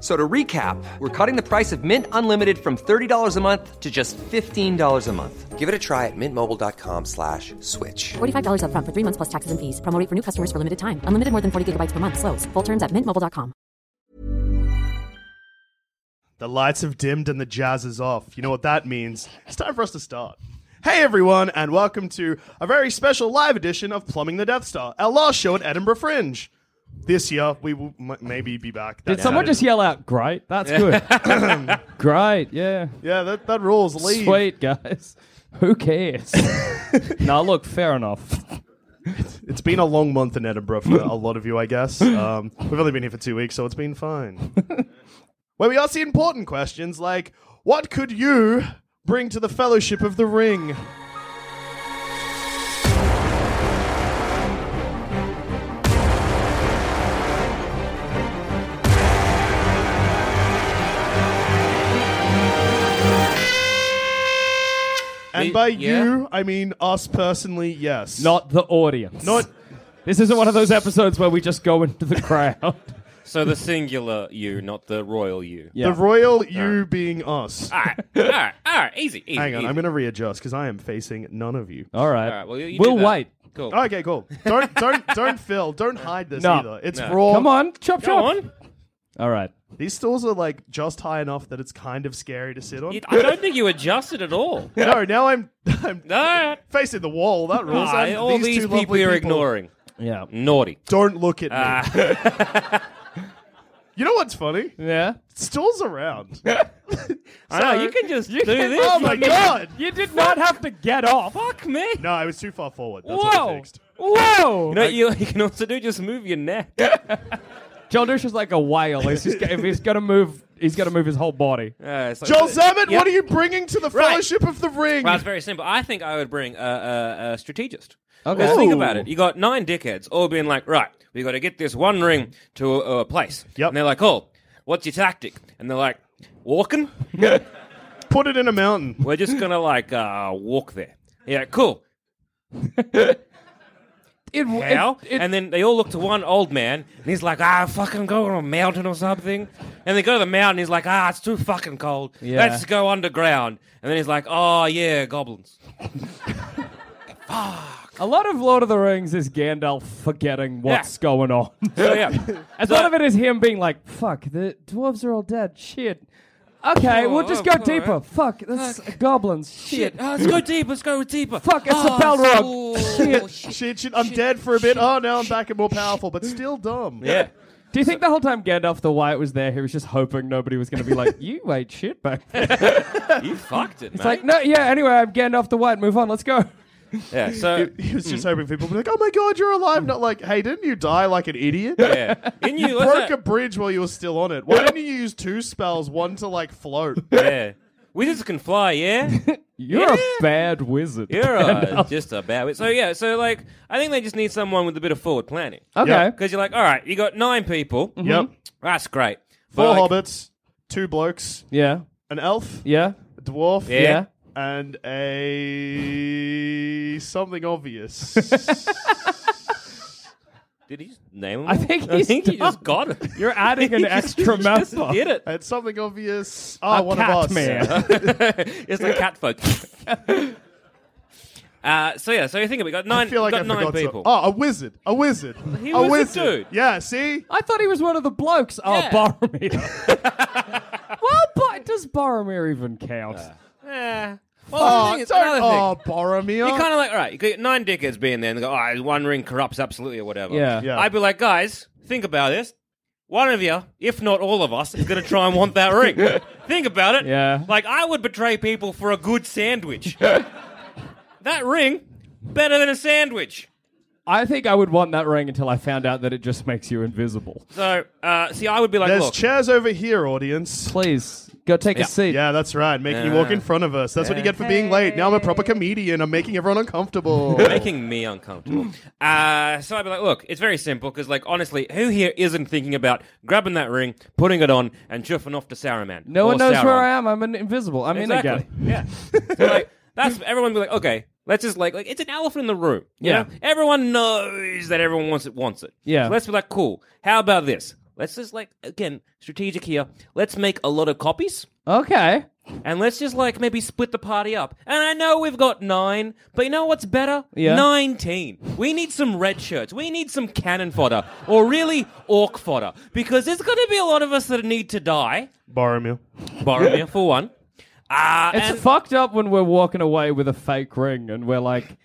So to recap, we're cutting the price of Mint Unlimited from $30 a month to just $15 a month. Give it a try at mintmobile.com slash switch. $45 up front for three months plus taxes and fees. Promote for new customers for limited time. Unlimited more than 40 gigabytes per month. Slows. Full terms at mintmobile.com. The lights have dimmed and the jazz is off. You know what that means? It's time for us to start. Hey everyone, and welcome to a very special live edition of Plumbing the Death Star, our last show at Edinburgh Fringe. This year, we will m- maybe be back. Did someone just yell out, great? That's good. great, yeah. Yeah, that, that rules. Leave. Sweet, guys. Who cares? no, look, fair enough. It's been a long month in Edinburgh for a lot of you, I guess. Um, we've only been here for two weeks, so it's been fine. Where we ask the important questions like, what could you bring to the Fellowship of the Ring? And by you, I mean us personally, yes. Not the audience. Not This isn't one of those episodes where we just go into the crowd. So the singular you, not the royal you. Yeah. the royal you being us. All right, all right, all right. Easy, easy. Hang on, easy. I'm going to readjust because I am facing none of you. All right. All right, well, you, you we'll do that. wait. Cool. Okay, cool. Don't don't don't fill. Don't hide this No. either. It's No. raw. Come on, chop, Go chop. on. All right. These stools are like just high enough that it's kind of scary to sit on. You- I don't think you adjusted at all. no, now I'm I'm No. facing the wall. That rules. Ah, And all these, two people lovely you're people- ignoring. Yeah. Naughty. Don't look at me. you know what's funny? Yeah. Stools around. I know, you can just do this. oh my god! You did not have to get off. Fuck me. No, I was too far forward. That's what I Whoa. fixed. Whoa. You know what you, you can also do? Just move your neck. Joel Dush is like a whale. He's, just, if he's gonna move. He's gonna move his whole body. Uh, it's like- Joel Zammit, Yeah. what are you bringing to the Right. Fellowship of the Ring? Well, it's very simple. I think I would bring a, a, a strategist. Okay. Just Oh. think Ooh. about it. You got nine dickheads all being like, right, we got to get this one ring to a, a place. Yep. And they're like, oh, what's your tactic? And they're like, walking? Put it in a mountain. We're just going to like uh, walk there. Yeah, cool. It, it- How? it- and then they all look to one old man, and he's like, ah, fucking go on a mountain or something. And they go to the mountain, he's like, ah, it's too fucking cold. Yeah. Let's go underground. And then he's like, oh, yeah, goblins. A lot of Lord of the Rings is Gandalf forgetting what's Yeah. going on. So, yeah. As a lot of it is him being like, "Fuck, the dwarves are all dead. Shit. Okay, Oh, we'll just oh, go all deeper. right. Fuck, that's goblins. Shit. Shit. Oh, let's go deep. Let's go deeper. Fuck, it's the oh, Balrog. so- Shit. Shit, shit, I'm dead for a bit. Oh, now I'm back and more powerful, but still dumb. Yeah. Do you think the whole time Gandalf the White was there, he was just hoping nobody was going to be like, "You ate shit back there." You fucked it, It's like, no, yeah. Anyway, I'm Gandalf the White. Move on. Let's go. yeah, so He was Mm. just hoping people would be like, oh my god, you're alive. Not like, hey, didn't you die like an idiot? yeah. In you, what's Broke that? a bridge while you were still on it. Why didn't you use two spells, one to like float? Yeah. Wizards can fly, yeah? You're Yeah. a bad wizard. You're uh, just a bad wit. So, yeah, so like, I think they just need someone with a bit of forward planning. Okay. Yeah. Because you're like, all right, you got nine people. Yep. That's great. Four But, like, hobbits, two blokes, Yeah. an elf, Yeah. a dwarf, Yeah. Yeah. and a something obvious. Did he just name them? I all? think I he's think he just done. got it. You're adding an He just- extra he just member. Did it? and something obvious. Ah, A one cat of us. man. it's like cat folk. Uh, so yeah, so you think of it, we got nine, I feel like got I nine forgot some- people. Oh, a wizard. A wizard. He a was a wizard. dude. Yeah, see? I thought he was one of the blokes. Yeah. Oh, Boromir. well, but does Boromir even count? Eh. Oh, Well, the thing is- don't- another thing. oh, Boromir. You're kind of like, all right, you got nine dickheads "Ah, being there, and they go, oh, one ring corrupts absolutely or whatever. Yeah. Yeah. I'd be like, guys, think about this. one of you, if not all of us, is going to try and want that ring. Think about it. Yeah. Like, I would betray people for a good sandwich. that ring, better than a sandwich. I think I would want that ring until I found out that it just makes you invisible. So, uh, see, I would be like, There's look, chairs over here, audience. Please go take a seat. Yeah, that's right. Making you walk in front of us. That's what you get for being late. Now I'm a proper comedian. I'm making everyone uncomfortable. making me uncomfortable. Uh, so I'd be like, look, it's very simple because, like, honestly, who here isn't thinking about grabbing that ring, putting it on, and chuffing off to Saruman? No one Or knows where Sauron. I am. I'm an invisible. I'm in again. Exactly. Yeah. so like that's everyone be like, okay, let's just like like it's an elephant in the room. You Yeah. know? Everyone knows that everyone wants it wants it. Yeah. So let's be like, cool. How about this? Let's just like again, strategic here. Let's make a lot of copies. Okay. And let's just like maybe split the party up. And I know we've got nine, but you know what's better? Yeah. Nineteen. We need some red shirts. We need some cannon fodder, or really orc fodder, because there's going to be a lot of us that need to die. Boromir. Boromir for one. Uh, It's and- fucked up when we're walking away with a fake ring and we're like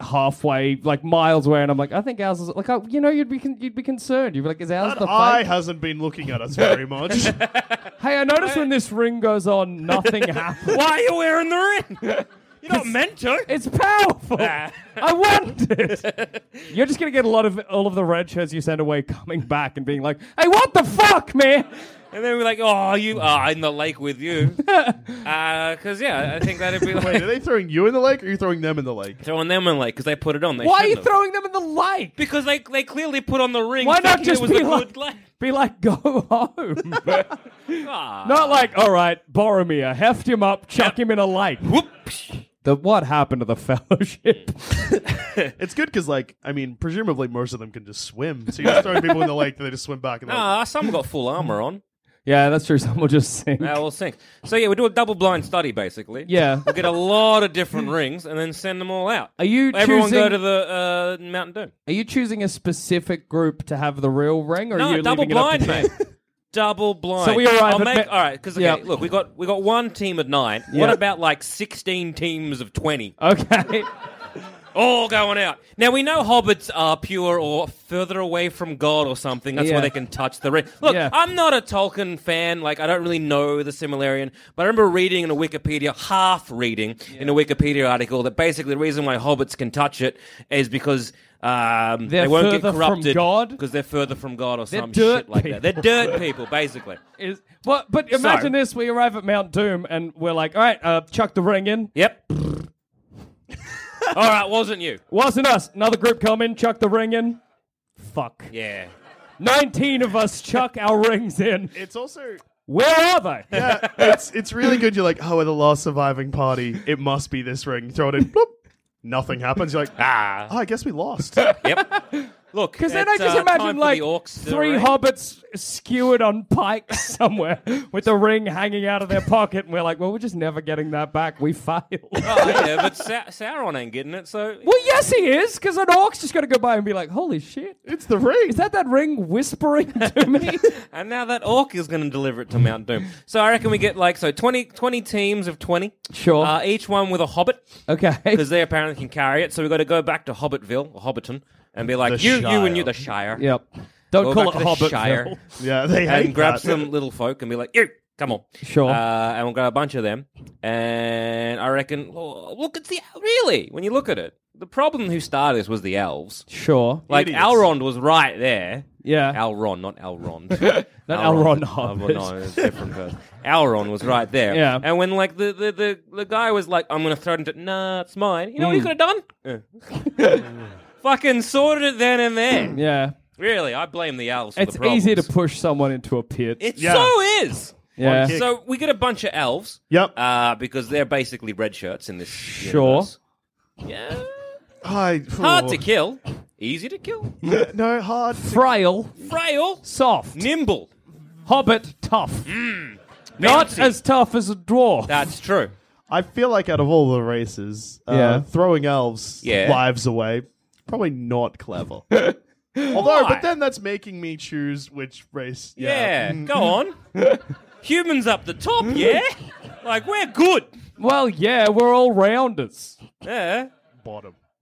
halfway, like miles away, and I'm like, I think ours is like, oh, you know, you'd be con- you'd be concerned. You'd be like, is ours the That eye fake? hasn't been looking at us very much. hey, I noticed when this ring goes on, nothing happens. Why are you wearing the ring? You're not meant to. It's powerful. Ah. I want it. You're just gonna get a lot of all of the red shirts you send away coming back and being like, "Hey, what the fuck, man?" And then we're like, oh, you are in the lake with you. Because, yeah, I think that'd be Wait, like are they throwing you in the lake or are you throwing them in the lake? throwing them in the lake because they put it on. They Why are you shouldn't have. throwing them in the lake? Because they, they clearly put on the ring. Why not thinking just it was be a like, good lake. be like, go home? Ah. Not like, all right, Boromir, heft him up, chuck him in a lake. Whoops. The what happened to the fellowship? It's good because, like, I mean, presumably most of them can just swim. So you're just throwing people in the lake and they just swim back. And they're like, Ah, some got full armor on. yeah, that's true. Someone just sing. That will sink. So, yeah, we do a double blind study, basically. Yeah. We'll get a lot of different rings and then send them all out. Are you Everyone choosing? go to the uh, Mountain Doom. are you choosing a specific group to have the real ring, or are No, you double leaving it up to blind, chance? mate. double blind. So we arrive I'll at make, ma- all right, because okay, Yeah. look, we got we got one team of nine. What Yeah. Uh, about like sixteen teams of twenty? Okay. All going out. Now we know hobbits are pure or further away from God or something. That's Yeah. why they can touch the ring. Look, Yeah. I'm not a Tolkien fan. Like I don't really know the Similarian, but I remember reading in a Wikipedia, half reading in a Wikipedia article that basically the reason why hobbits can touch it is because. Um, They're they won't get further from corrupted God? because they're further from God or some dirt shit like people. that. They're dirt people, basically. Is, well, but imagine this: we arrive at Mount Doom and we're like, "All right, uh, chuck the ring in." Yep. All right, wasn't you? Wasn't us. Another group come in, chuck the ring in. Fuck. Yeah. Nineteen of us chuck our rings in. it's also. Where are they? It's, it's really good. You're like, oh, we're the last surviving party. It must be this ring. You throw it in. Bloop. Nothing happens. You're like, ah, Ah. oh, I guess we lost. Yep. Look, Because then I it's, just uh, time imagine for like the orcs to three raid. hobbits skewered on pikes somewhere with the ring hanging out of their pocket, and we're like, "Well, we're just never getting that back. We failed." well, Oh, yeah, but Sa- Sauron ain't getting it, so yes, he is, because an orc's just gonna go by and be like, "Holy shit." It's the ring. Is that that ring whispering to me? and now that orc is going to deliver it to Mount Doom. So I reckon we get like so 20, 20 teams of twenty, Sure. uh, each one with a hobbit okay. because they apparently can carry it. So we got to go back to Hobbitville or Hobbiton and be like, The you, you, Shire. and you, the Shire. Yep. Don't Go call back it to the Hobbit. Shire. yeah, they hate and grab that. some little folk and be like, you, come on. Sure. Uh, and we'll grab a bunch of them. And I reckon, well, look, it's the, really, when you look at it, the problem who started this was the elves. Sure. Like, Idiots. Alrond was right there. Yeah. Alron, not Alrond. Not Elrond Hobbit. no, it's a different person. Alron was right there. Yeah. And when, like, the, the, the, the guy was like, I'm going to throw it into, nah, it's mine. You know what Hmm. he could have done? Fucking sorted it then and there. yeah. Really, I blame the elves for It's the problems. easy to push someone into a pit. It Yeah. so is. yeah. kick. So we get a bunch of elves. Yep. Uh, because they're basically red shirts in this. Sure. universe. Yeah. I- Hard oh. to kill. Easy to kill. No, hard. Frail, Frail. soft, Nimble. hobbit, tough. Not Bouncy. as tough as a dwarf. That's true. I feel like out of all the races, uh, Yeah. throwing elves' Yeah. lives away, probably not clever. Although, but then that's making me choose which race. Mm. Yeah. Go on. Humans up the top, yeah? Like, we're good. well, yeah, we're all rounders. Yeah.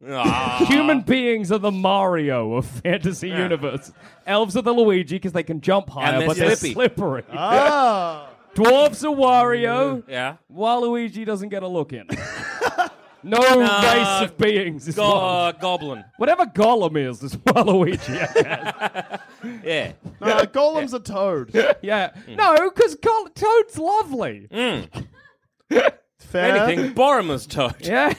Ah, bottom. Human beings are the Mario of fantasy universe. Elves are the Luigi because they can jump higher, they're but they're slippery. slippery. Ah. Dwarfs are Wario, Yeah. Waluigi doesn't get a look in. No Nah, race of beings is Waluigi. Go- goblin. Whatever Gollum is, is Waluigi. I guess. Yeah. No, Golem's a toad. yeah. No, because Gol- Toad's lovely. Mm. Fair. Anything. Boromir's toad. Yeah.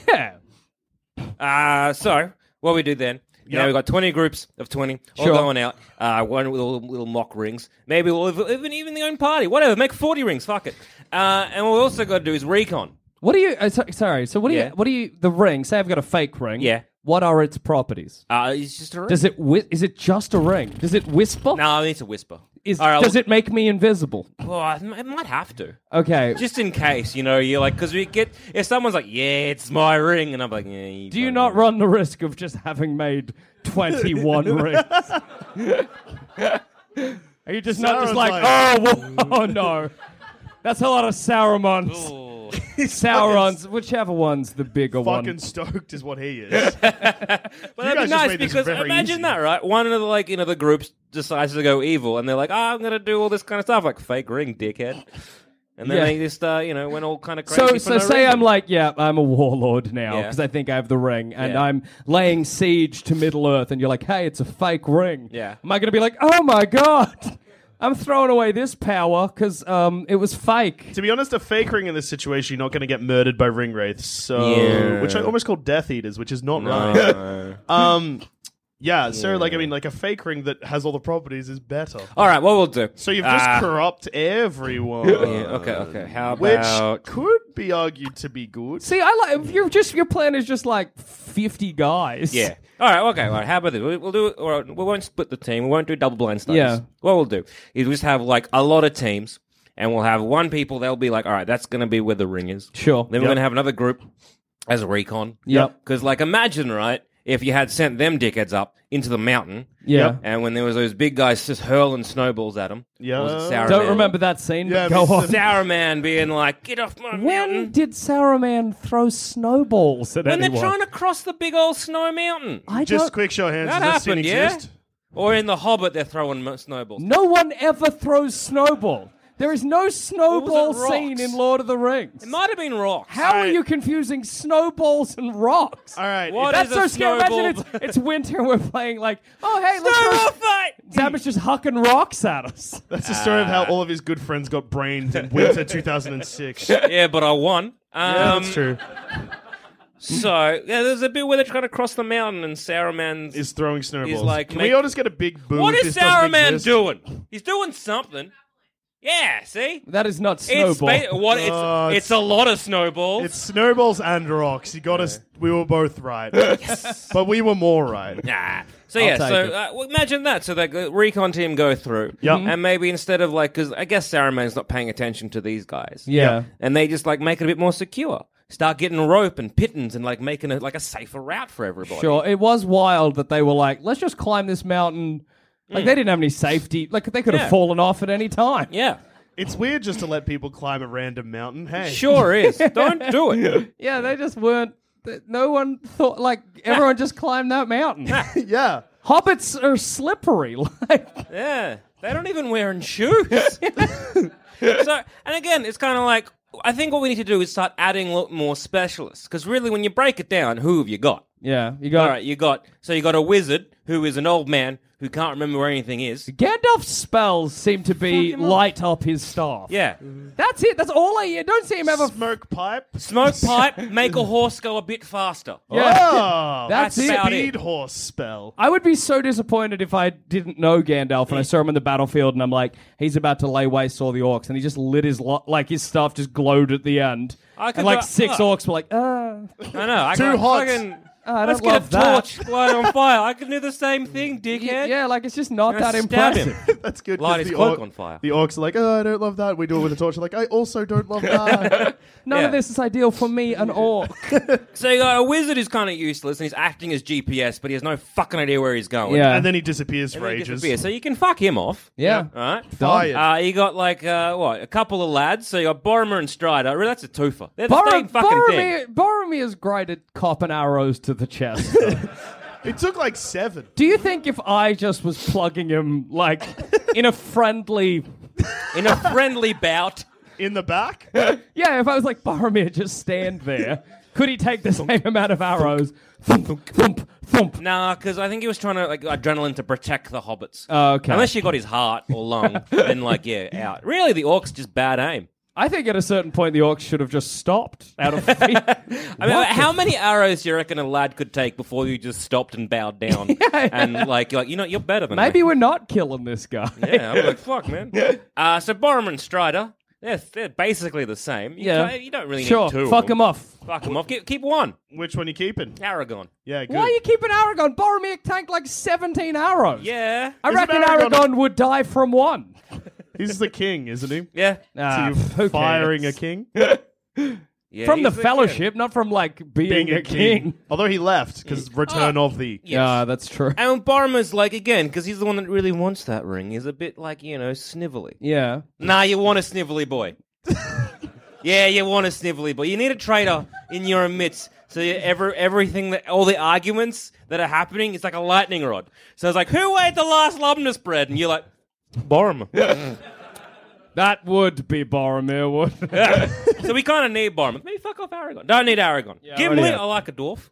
Uh, so what we do then? Now we've got 20 groups of 20 all Sure. going out. Uh, one with little, little mock rings. Maybe we'll ev- even, even the own party. Whatever. Make 40 rings. Fuck it. Uh, and what we also got to do is recon. What do you? Uh, so, sorry. So what do Yeah. you? What do you? The ring. Say I've got a fake ring. Yeah. What are its properties? Uh, it's just a ring. Does it? Whi- is it just a ring? Does it whisper? no, I need to whisper. Is, All right, does well- it make me invisible? Well, I m- I might have to. Okay. Just in case, you know, you're like, because we get, if someone's like, yeah, it's my ring, and I'm like, yeah, do you not run the risk of just having made twenty-one rings? Are you just not just Sauron's like, like- oh, whoa, oh no, that's a lot of Saurons, Oh. Saurons, whichever one's the bigger one. Fucking stoked is what he is. But You guys that'd be just nice made this because very imagine easy. that, right? One of the like you know the groups decides to go evil, and they're like, "Ah, "I'm gonna do all this kind of stuff, like fake ring, dickhead," and then Yeah. they just uh, you know went all kind of crazy. So, for so no say reason. I'm like, yeah, I'm a warlord now Yeah. because I think I have the ring, and Yeah. I'm laying siege to Middle Earth, and you're like, hey, it's a fake ring. Yeah. Am I going to be like, oh my god, I'm throwing away this power because um, it was fake? to be honest, a fake ring in this situation, you're not going to get murdered by ring wraiths. So, Yeah. which I almost call Death Eaters, which is not right. No. Um, yeah, So, like, I mean, like a fake ring that has all the properties is better. all right, what we'll do? So you've just Ah. corrupt everyone, Oh. Yeah, okay, okay. How which about could be argued to be good. See, I like you're just your plan is just like fifty guys. Yeah. All right. Okay. All right. How about this? We- We'll do. it- All right, we won't split the team. We won't do double blind studies. Yeah. What we'll do is we'll just have like a lot of teams, and we'll have one people. They'll be like, all right, that's going to be where the ring is. Sure. Then we're going to have another group as a recon. Yep. Because like, imagine right if you had sent them dickheads up into the mountain, Yeah. Yep. and when there was those big guys just hurling snowballs at them. Yeah. Don't remember that scene. Yeah, but go me on. too. Sourman being like, get off my When mountain. did Saruman throw snowballs at When they're anyone? trying to cross the big old snow mountain. I Just don't- quick show of hands. That Does this scene happened, yeah? exist? Or in The Hobbit, they're throwing mo- snowballs. No one ever throws snowball. There is no snowball rocks? scene in Lord of the Rings. It might have been rocks. How are Alright. you confusing snowballs and rocks? All right. What That's is so a scary. Imagine it's, snowball? it's winter and we're playing like, oh hey, Snowball let's go. fight! Zabish just hucking rocks at us. That's the story of how Ah. all of his good friends got brained in winter 2006. yeah, but I won. Um, that's true. So yeah, there's a bit where they're trying to cross the mountain, and Saruman's Is throwing snowballs. like, Can make- we all just get a big boo? What if is this doesn't Saruman exist? doing? He's doing something. Yeah, see, That is not it's snowball. ba- what it's, Oh, it's- it's a lot of snowballs. It's snowballs and rocks. You got us. We were both right. But we were more right. Nah. So yeah, take so it. Mm-hmm. uh, well, imagine that. So the uh, recon team go through, Yep. and maybe instead of like, because I guess Saruman's not paying attention to these guys, Yeah. and they just like make it a bit more secure. Start getting rope and pittons and like making it like a safer route for everybody. Sure. It was wild that they were like, let's just climb this mountain. Like they didn't have any safety. Like they could have Yeah. fallen off at any time. Yeah. It's weird just to let people climb a random mountain. Hey, Sure is. Don't do it. Yeah, they just weren't. th- No one thought like everyone just climbed that mountain. yeah. Hobbits are slippery. Like Yeah. They don't even wear in shoes. so, and again, it's kind of like I think what we need to do is start adding a lot more specialists because really, when you break it down, who have you got? yeah, you got All right, you got so you got a wizard who is an old man who can't remember where anything is. Gandalf's spells seem to be light up his staff. Yeah, that's it. That's all I hear. Don't see him ever. F- Smoke pipe. smoke pipe, make a horse go a bit faster. yeah, Oh, that's that's it. about speed horse spell. I would be so disappointed if I didn't know Gandalf and I saw him in the battlefield and I'm like, he's about to lay waste all the orcs and he just lit his lo- like his staff just glowed at the end. I could and like go- six oh. orcs were like, ah, I know. I Too can hot. Fucking, Oh, I let's don't get love a that. torch, light on fire. I can do the same thing, dickhead. yeah, like it's just not I'm gonna that stab impressive. him. That's good. 'cause Light his the cloak on fire. The orcs are like, oh, I don't love that. We do it with a torch. Like, I also don't love that. None Yeah. of this is ideal for me, an orc. So you got a wizard who's kind of useless and he's acting as GPS, but he has no fucking idea where he's going. and then he disappears for He gets a ages. beer, So you can fuck him off. yeah. All right. Fired. Uh, you got like uh, what a couple of lads. So you got Boromir and Strider. Really, that's a twofer. They're the Bor- same fucking thing. Boromir, Boromir's great at copping arrows to to the chest. It took like seven. Do you think if I just was plugging him, like, in a friendly. in a friendly bout. In the back? Yeah, if I was like, Boromir, just stand there, could he take the same amount of arrows? Thump, thump, thump. Nah, because I think he was trying to like adrenaline to protect the hobbits. Oh, okay. Unless you got his heart or lung, then like yeah, out. Really, the orcs just bad aim. I think at a certain point the orcs should have just stopped out of fear. I mean, how many arrows do you reckon a lad could take before you just stopped and bowed down and like you're like you know you're better than Maybe me. we're not killing this guy. Yeah, I'm like fuck, man. Uh, so Boromir and Strider, they're, they're basically the same. You Yeah. can't- you don't really Sure, need two. fuck him off. Fuck them off. Keep, keep one. Which one you keeping? Aragon. Yeah, good. Why are you keeping Aragon? Boromir tanked like 17 arrows. Yeah. I Isn't reckon Aragorn- Aragon... would die from one. He's the king, isn't he? yeah. Ah, so who you're cares? firing a king? Yeah, From the he's fellowship, not from like being, a, king. Although he left because Return of the. Yes. Yeah, that's true. And Boromir's like again because he's the one that really wants that ring. He's a bit like you know snivelly. Yeah. Nah, you want a snivelly boy. yeah, you want a snivelly boy. You need a traitor in your midst. So you, every, everything that all the arguments that are happening is like a lightning rod. So it's like, who ate the last Lubnus bread? And you're like, Boromir. That would be Boromir, wouldn't it? so we kind of need Boromir. Maybe fuck off Aragon. Don't need Aragon. Gimli, already have. I like a dwarf.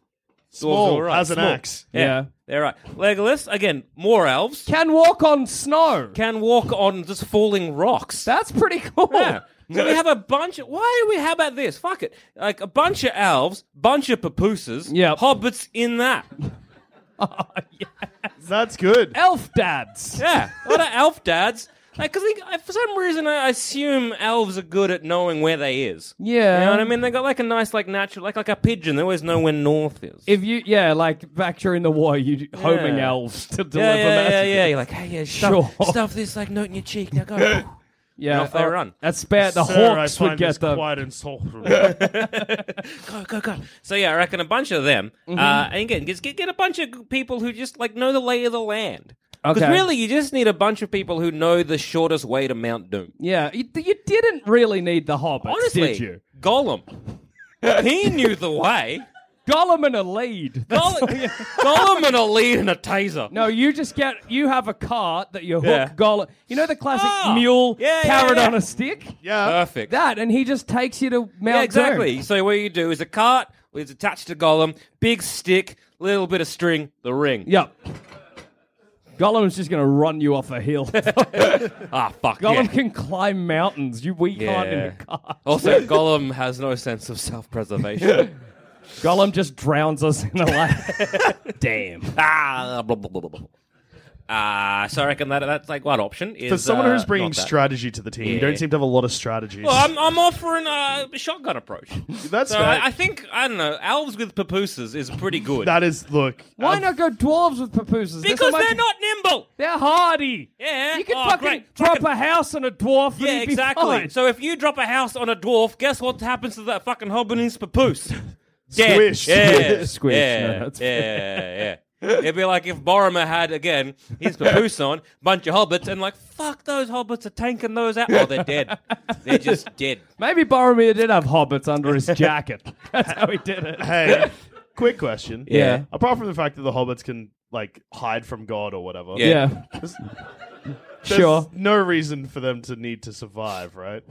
Small, all right. has an Small. axe. Yeah, Yeah. they're right. Legolas again, more elves Can walk on snow. can walk on just falling rocks. That's pretty cool. Yeah. So we have a bunch of. Why do we? How about this? Fuck it. Like a bunch of elves, bunch of papooses, Yep. hobbits in that. That's good. Elf dads. Yeah. A lot of elf dads. Like, cause they, for some reason, I assume elves are good at knowing where they is. Yeah. You know what I mean? They got like a nice, like natural, like like a pigeon. They always know where north is. If you, yeah, like back during the war, you homing Yeah. elves to yeah, deliver yeah, yeah, messages. yeah. You're like, hey, yeah, stuff, Sure. stuff this like note in your cheek. Now go. Yeah, And off they oh, run. That's bad. The Sir, I Hawks find would this get the. quite insulting. go, go, go. So yeah, I reckon a bunch of them. Uh, Mm-hmm. and again, just get, get a bunch of people who just like know the lay of the land. Because Okay. really, you just need a bunch of people who know the shortest way to Mount Doom. Yeah, you, you didn't really need the hobbits, Honestly, did you? Gollum, he knew the way. Gollum and a lead. Goll- Gollum and a lead and a taser. No, you just get you have a cart that you hook Yeah. Gollum. You know the classic Ah, mule yeah, yeah, carrot yeah. on a stick. yeah. Perfect. That, and he just takes you to Mount yeah, Doom. exactly. So what you do is a cart is attached to Gollum, big stick, little bit of string, the ring. Yep. Gollum's just gonna run you off a hill. Ah, fuck. Gollum yeah. can climb mountains. You we can't in a Yeah. cart. Also, Gollum has no sense of self-preservation. Gollum just drowns us in a lake. Damn. ah, blah, blah, blah, blah, blah. Ah, so I reckon that that's like one option. Is, For someone who's uh, bringing not that. strategy to the team, you Yeah. don't seem to have a lot of strategies. Well, I'm, I'm offering a shotgun approach. That's so fair. I, I think I don't know. Elves with papooses is pretty good that is, look. um, Why I've- not go dwarves with papooses? They're so Um, because much- they're not nimble. They're hardy. Yeah. You can Oh, fucking great. drop Fucking- a house on a dwarf. and Yeah, he'd be exactly. fine. So if you drop a house on a dwarf, guess what happens to that fucking hobbin's papoose? Dead. Squished. Yeah. Squished. Yeah. No, that's yeah. yeah. It'd be like if Boromir had again his papoose on, bunch of hobbits, and like fuck those hobbits are tanking those out. Oh, they're dead. They're just dead. Maybe Boromir did have hobbits under his jacket. That's how he did it. Hey, quick question. Yeah. Apart from the fact that the hobbits can, like, hide from God or whatever. Yeah. Yeah. There's sure. no reason for them to need to survive, right?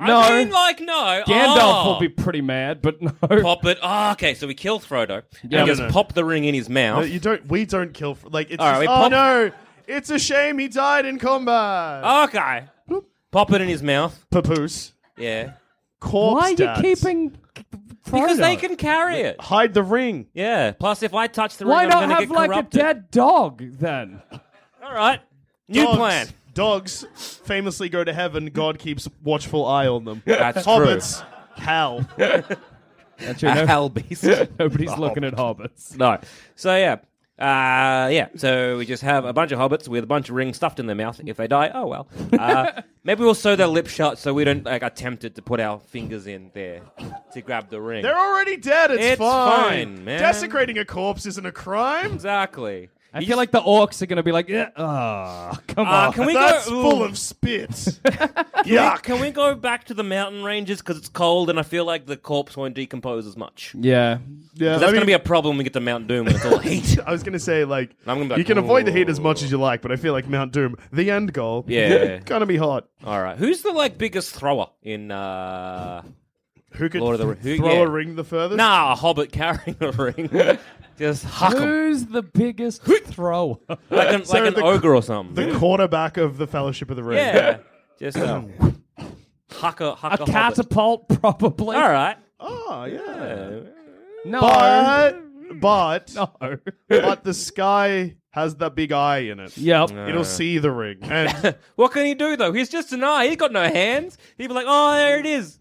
No. I mean, like no. Gandalf oh. will be pretty mad, but no. pop it. Oh, okay. So we kill Frodo. Yeah. and just No, no. pop the ring in his No, mouth. you don't. We don't kill. For, like it's. All just, right, we oh pop- no! It's a shame he died in combat. Uh, okay. Pop it in his mouth. Papoose. Yeah. Corpse. Why are you dads. keeping Frodo? Because they can carry it. hide the ring? Yeah. Plus, if I touch the Why ring, not I'm going to have get like corrupted. a dead dog then? All right. New Dogs- plan. Dogs famously go to heaven. God keeps watchful eye on them. That's true. Hobbits. Hell. That's your no- hell beast. Nobody's looking at hobbits. no. So yeah. Uh, yeah, so we just have a bunch of hobbits with a bunch of rings stuffed in their mouth. If they die, oh well. Uh, maybe we'll sew their lips shut so we don't like attempt it to put our fingers in there to grab the ring. They're already dead. It's, It's fine. fine, man. Desecrating a corpse isn't a crime. exactly. I feel like the orcs are going to be like, yeah, oh, come Uh, on. can we That's go? full ooh. of spit. Yuck. Can we go back to the mountain ranges because it's cold and I feel like the corpse won't decompose as much. 'Cause yeah. Yeah, That's going to be a problem when we get to Mount Doom when it's all heat. I was gonna say like, I'm gonna be like, you can avoid the heat as much as you like, but I feel like Mount Doom, the end goal, Yeah. gonna be hot. all right, who's the like biggest thrower in? uh Who could Lord of the Ri- who- throw yeah. a ring the furthest? Nah, a hobbit carrying a ring. Just huck 'em. Who's the biggest thrower? like an, So like an the- ogre or something. the quarterback of the Fellowship of the Ring. yeah, just uh, huck a huck a a, hobbit. catapult, probably. All right, Oh yeah. No. But but no. but the sky has that big eye in it. Yep. It'll see the ring. And what can he do though? He's just an eye. He's got no hands. He'd be like, oh, there it is.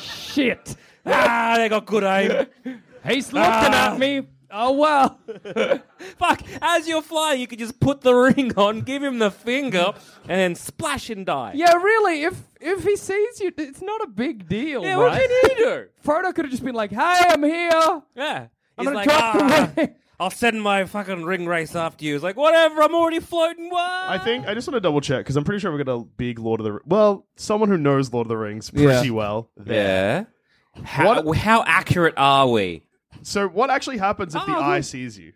Shit. ah, they got good aim. He's looking at me. Oh, well. Fuck, as you're flying, you could just put the ring on, give him the finger, and then splash and die. Yeah, really. If if he sees you, it's not a big deal, Yeah, right? what can he do? Frodo could have just been like, "Hey, I'm here. Yeah. I'm He's gonna like, drop "Ah, the ring." I'll send my fucking ring race after you. It's like, whatever, I'm already floating. What? I think I just want to double check because I'm pretty sure we have got a big Lord of the well, someone who knows Lord of the Rings pretty Yeah. well. There. Yeah. How, What- how accurate are we? So what actually happens if the Oh, eye who- sees you?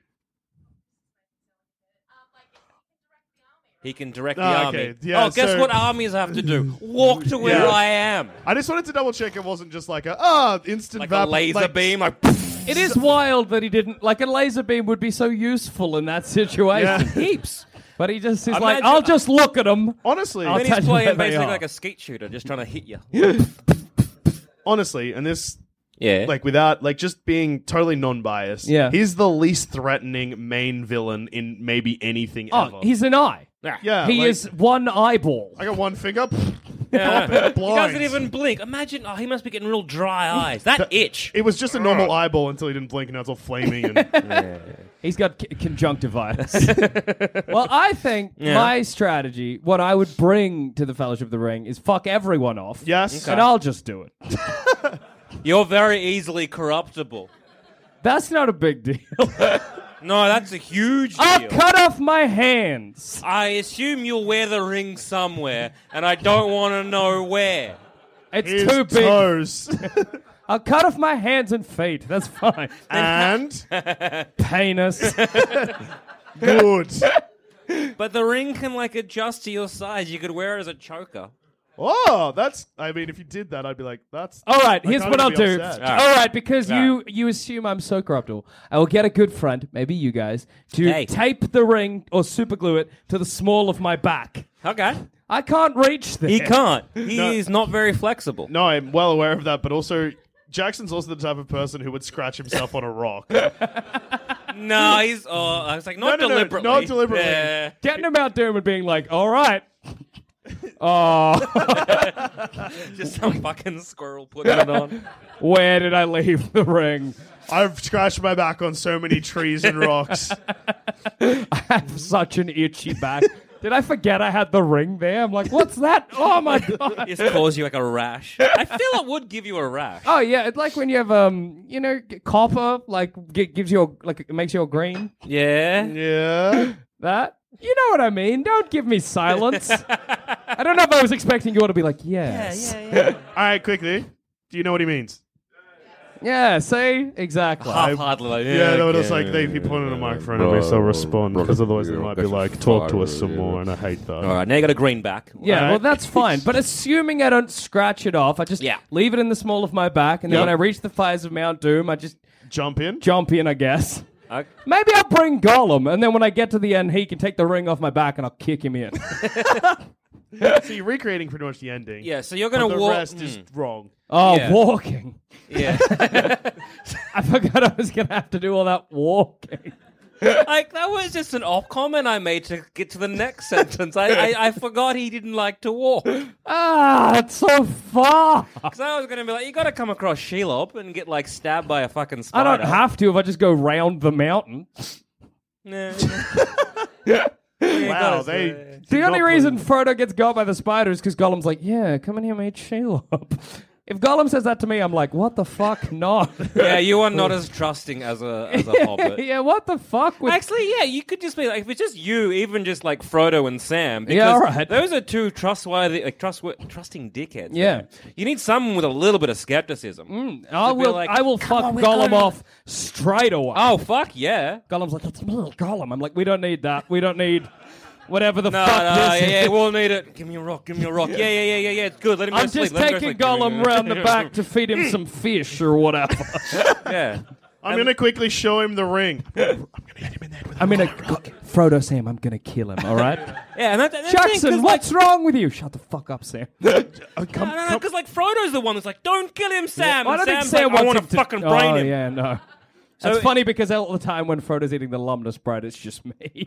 He can direct the Ah, army. okay. Yeah, oh, guess so- what armies have to do? Walk to where Yeah. I am. I just wanted to double check it wasn't just like a ah instant Like a vapor- laser like- beam. Like, It is wild that he didn't like a laser beam would be so useful in that situation. Yeah. Heaps. But he just is like, Imagine- "I'll just look at him." Honestly, I'll Then tell he's you playing where they basically are. like a skeet shooter, just trying to hit you. honestly, and this Yeah. like without like just being totally non-biased. Yeah. he's the least threatening main villain in maybe anything Oh, ever. he's an eye. yeah, he like, is one eyeball. I got one finger. Yeah. Pop it, He doesn't blind. even blink. Imagine, oh, he must be getting real dry eyes. That itch. It was just a normal eyeball until he didn't blink, and now it's all flaming. And He's got c- conjunctivitis. well, I think my strategy, what I would bring to the Fellowship of the Ring, is fuck everyone off. yes, And I'll just do it. You're very easily corruptible. That's not a big deal. No, that's a huge Oh, I'll deal. cut off my hands. I assume you'll wear the ring somewhere, and I don't want to know where. It's his too big. toes I'll cut off my hands and feet. That's fine. and Penis. good. But the ring can like adjust to your size. You could wear it as a choker. Oh, that's. I mean, if you did that, I'd be like, that's. All right, I here's can't what I'll even be do. upset. All right, because you you assume I'm so corruptible, I will get a good friend, maybe you guys, to Hey. tape the ring or superglue it to the small of my back. Okay. I can't reach there. He can't. He No. is not very flexible. No, I'm well aware of that, but also. Jackson's also the type of person who would scratch himself on a rock. No, he's. Oh, I was like, not No, no, no, deliberately. not deliberately. Yeah. Getting him out Doom and being like, all right. oh, Just some fucking squirrel putting it on. where did I leave the ring? I've scratched my back on so many trees and rocks. Such an itchy back. Did I forget I had the ring there? I'm like, what's that? Oh my god. Just cause you like a rash. I feel it would give you a rash. Oh yeah, it's like when you have um, you know, g- copper like g- gives you a, like it makes you all green. Yeah. yeah. That you know what I mean? Don't give me silence. I don't know if I was expecting you all to be like, yes, yeah, All right, quickly. Do you know what he means? see, exactly. Half hardly. Like, Yeah, that okay. was like they people on the microphone and they still respond because otherwise they might be like, talk to us some more, and I hate that. All right, now you got a greenback. yeah, Alright. well, that's fine. But assuming I don't scratch it off, I just Yeah. leave it in the small of my back, and then Yep. when I reach the fires of Mount Doom, I just Jump in. jump in, I guess. I- Maybe I'll bring Gollum, and then when I get to the end, he can take the ring off my back, and I'll kick him in. So you're recreating pretty much the ending. yeah, so you're but gonna the walk. rest is wrong. Oh, Yeah. walking. yeah. I forgot I was going to have to do all that walking. like that was just an off comment I made to get to the next sentence. I, I, I forgot he didn't like to walk because Ah, it's so far. I was gonna be like, you got to come across Shelob and get like stabbed by a fucking I spider. don't have to if I just go round the mountain. No. Wow, uh, they. The did only not reason plan- Frodo gets got by the spider is because Gollum's like, yeah, come and here, mate, Shelob. If Gollum says that to me, I'm like, what the fuck, not? Yeah, you are not as trusting as a as a hobbit. yeah, what the fuck? With Actually, yeah, you could just be like, if it's just you, even just like Frodo and Sam. Because Yeah, all right. Those are two trustworthy, like trustworthy, trusting dickheads. Yeah. Mm. man. you need someone with a little bit of skepticism. I To be will, like, I will "Come fuck on, we're Gollum going." off straight away. Oh fuck yeah! Gollum's like, that's a little Gollum. I'm like, we don't need that. We don't need whatever the No, fuck no, this yeah, is. yeah, we'll need it. Give me a rock. Give me a rock. Yeah, yeah, yeah, yeah, yeah. It's good. Let him. go I'm to sleep. just Let him go to taking sleep. Gollum round the back to feed him some fish or whatever. yeah. I'm going to quickly show him the ring. I'm gonna Frodo Sam. I'm gonna kill him. All right, Yeah, and that, that Jackson. thing, What's wrong with you? Shut the fuck up, Sam. I Because like, no, no, 'cause, like Frodo's the one that's like, "Don't kill him, Sam." don't And think Sam's Sam like, I wants want him to fucking oh, brain him. Yeah, no. So it's it- funny because all the time when Frodo's eating the Lumnus bread, it's just me.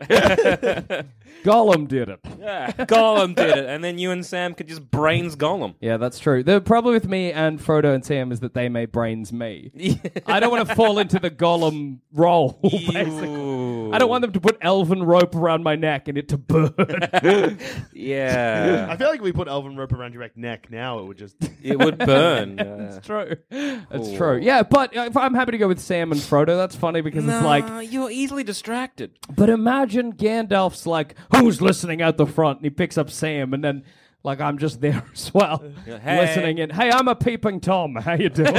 Gollum did it. Yeah, Gollum did it, and then you and Sam could just brains Gollum. Yeah, that's true. The problem with me and Frodo and Sam is that they may brains me. I don't want to fall into the Gollum role. Basically, I don't want them to put elven rope around my neck and it to burn. Yeah, I feel like if we put elven rope around your neck now, it would just. it would burn. Yeah. It's true. It's true. Yeah, but uh, if I'm happy to go with Sam and Frodo. That's funny because it's Nah, like, you're easily distracted. but imagine Gandalf's like, who's listening out the front? And he picks up Sam and then. Like I'm just there as well, hey. listening in. Hey, I'm a peeping Tom. How you doing?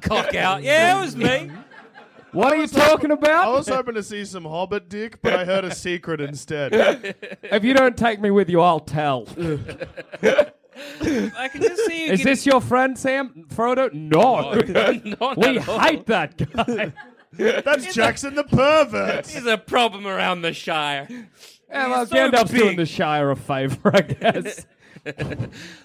Cock out. Yeah, it was me. what are you talking I about? was hoping to see some hobbit dick, but I heard a secret instead. If you don't take me with you, I'll tell. I can just see you. Is this your friend, Sam? Frodo? No. not we at all. hate that guy. That's Jackson the pervert. This is a problem around the Shire. yeah, well, so Gandalf's doing big. the Shire a favor, I guess.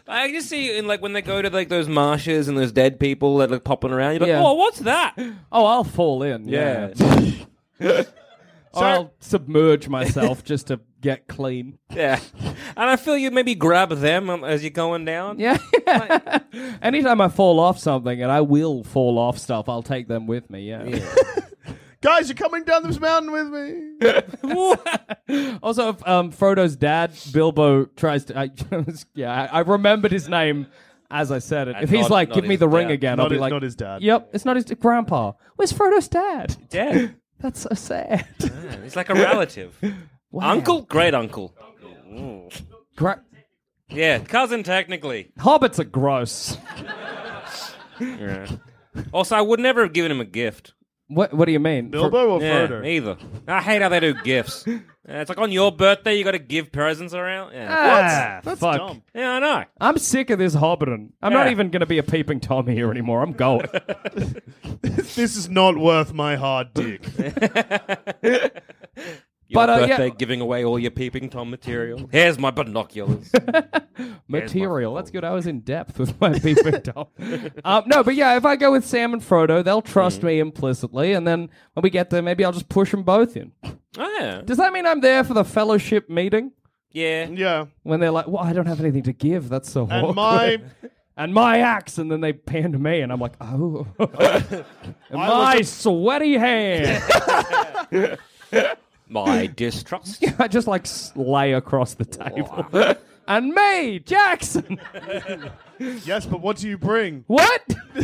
I just see you in like when they go to like those marshes and those dead people that look popping around. You're like, Yeah. oh, what's that? oh, I'll fall in. Yeah. Or I'll submerge myself just to get clean. yeah. And I feel you maybe grab them um, as you're going down. Yeah. Anytime I fall off something, and I will fall off stuff, I'll take them with me. Yeah. Guys, you're coming down this mountain with me. Also, if, um, Frodo's dad, Bilbo, tries to. I, yeah, I, I remembered his name as I said it. if he's not- like, not "Give me his the ring dad. again," I'll Not be his, like, not his dad. Yep, it's not his grandpa. Where's Frodo's dad? Dead. That's so sad. It's like a relative. Wow. uncle? Great uncle. Gra- Yeah, cousin technically. Hobbits are gross. Also, I would never have given him a gift. What What do you mean? For- Bilbo or Yeah, Frodo? either. I hate how they do gifts. Uh, it's like on your birthday, you got to give presents around. Yeah, Ah, That's fuck. dumb. yeah I know. I'm sick of this hobbiting. I'm not Yeah. even going to be a peeping tom here anymore. I'm going. This is not worth my hard dick. Your But, uh, yeah. birthday giving away all your peeping tom material. Here's my binoculars. Material. That's good. I was in depth with my peeping tom. um, no, but yeah, if I go with Sam and Frodo, they'll trust me implicitly, and then when we get there, maybe I'll just push them both in. oh, yeah. Does that mean I'm there for the fellowship meeting? Yeah. yeah. When they're like, "Well, I don't have anything to give." That's so And awkward. my and my axe, and then they pan to me, and I'm like, oh, and was my sweaty hand. My distrust. I just like s- lay across the table, and me, Jackson. yes, but what do you bring? What?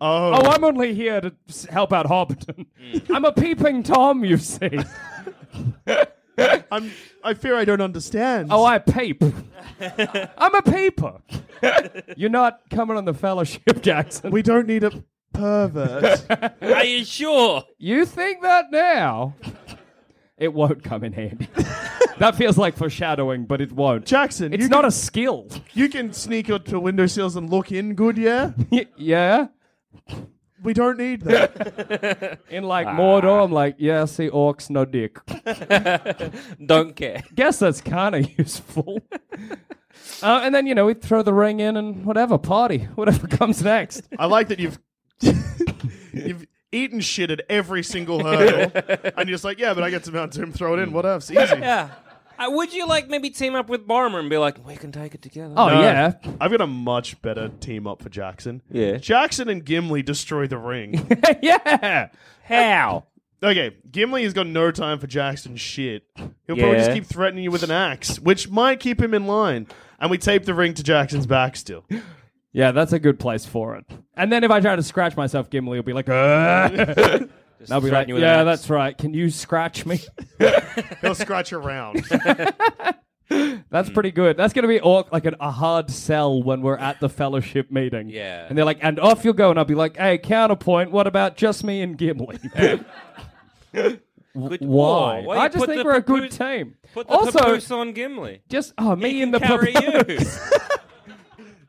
Oh, Oh, I'm only here to s- help out Hobbiton. I'm a peeping tom, you see. I'm. I fear I don't understand. Oh, I peep. I'm a peeper. You're not coming on the fellowship, Jackson. we don't need a pervert. Are you sure? You think that now? It won't come in handy. that feels like foreshadowing, but it won't. Jackson, It's you not can, a skill. You can sneak up to windowsills and look in good, yeah? Y- yeah. We don't need that. In like Mordor, I'm like, yeah, I see orcs, no dick. Don't care. Guess that's kind of useful. uh, and then, you know, we throw the ring in and whatever, party, whatever comes next. I like that you've you've eaten shit at every single hurdle, and you're just like, yeah, but I get to Mount Doom, throw Mm. it in. What else? Easy. Yeah. Uh, would you like maybe team up with Barmer and be like, we can take it together? Oh, Uh, yeah. I've got a much better team up for Jackson. Yeah. Jackson and Gimli destroy the ring. yeah. How? Okay, Gimli has got no time for Jackson shit. He'll probably just Yeah. keep threatening you with an axe, which might keep him in line. And we tape the ring to Jackson's back still. Yeah, that's a good place for it. And then if I try to scratch myself, Gimli will be like, "Ah." Just I'll be like, threaten you with an yeah, axe. that's right. Can you scratch me? He'll scratch around. That's pretty good. That's going to be awk- like an, a hard sell when we're at the fellowship meeting. Yeah. And they're like, and off you go. And I'll be like, hey, counterpoint, what about just me and Gimli? Good- Why? Whoa, why I you just put think the we're a good papoose- team. Put the also, papoose on Gimli. just, oh, me He and can the carry papoose. you.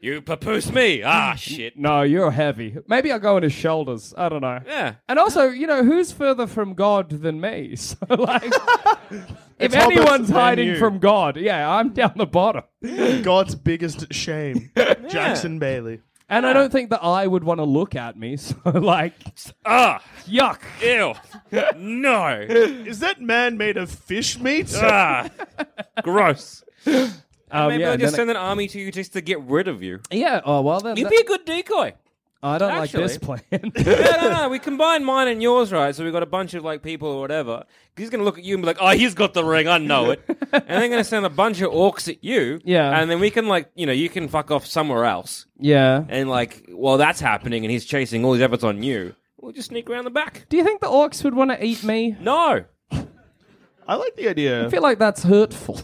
You papoose me. Ah, shit. Mm, No, you're heavy. Maybe I'll go on his shoulders. I don't know. Yeah. And also, you know, who's further from God than me? So, like, if It's hobbits anyone's than hiding you. from God, yeah, I'm down the bottom. God's biggest shame. Jackson Bailey. And I don't think that I would want to look at me. So, like, Ah, yuck. ew. no. Is that man made of fish meat? Uh, Ah, gross. Um, Maybe yeah, I'll and just then send an army to you just to get rid of you. it- yeah. Oh well, then You'd that- be a good decoy. I don't like this actually. plan. No, no, no. We combine mine and yours, right? So we got a bunch of like people or whatever. He's gonna look at you and be like, "Oh, he's got the ring. I know it." and they're gonna send a bunch of orcs at you. Yeah. And then we can like, you know, you can fuck off somewhere else. yeah. And like, while that's happening, and he's chasing all his efforts on you. We'll just sneak around the back. Do you think the orcs would want to eat me? No. I like the idea. I feel like that's hurtful.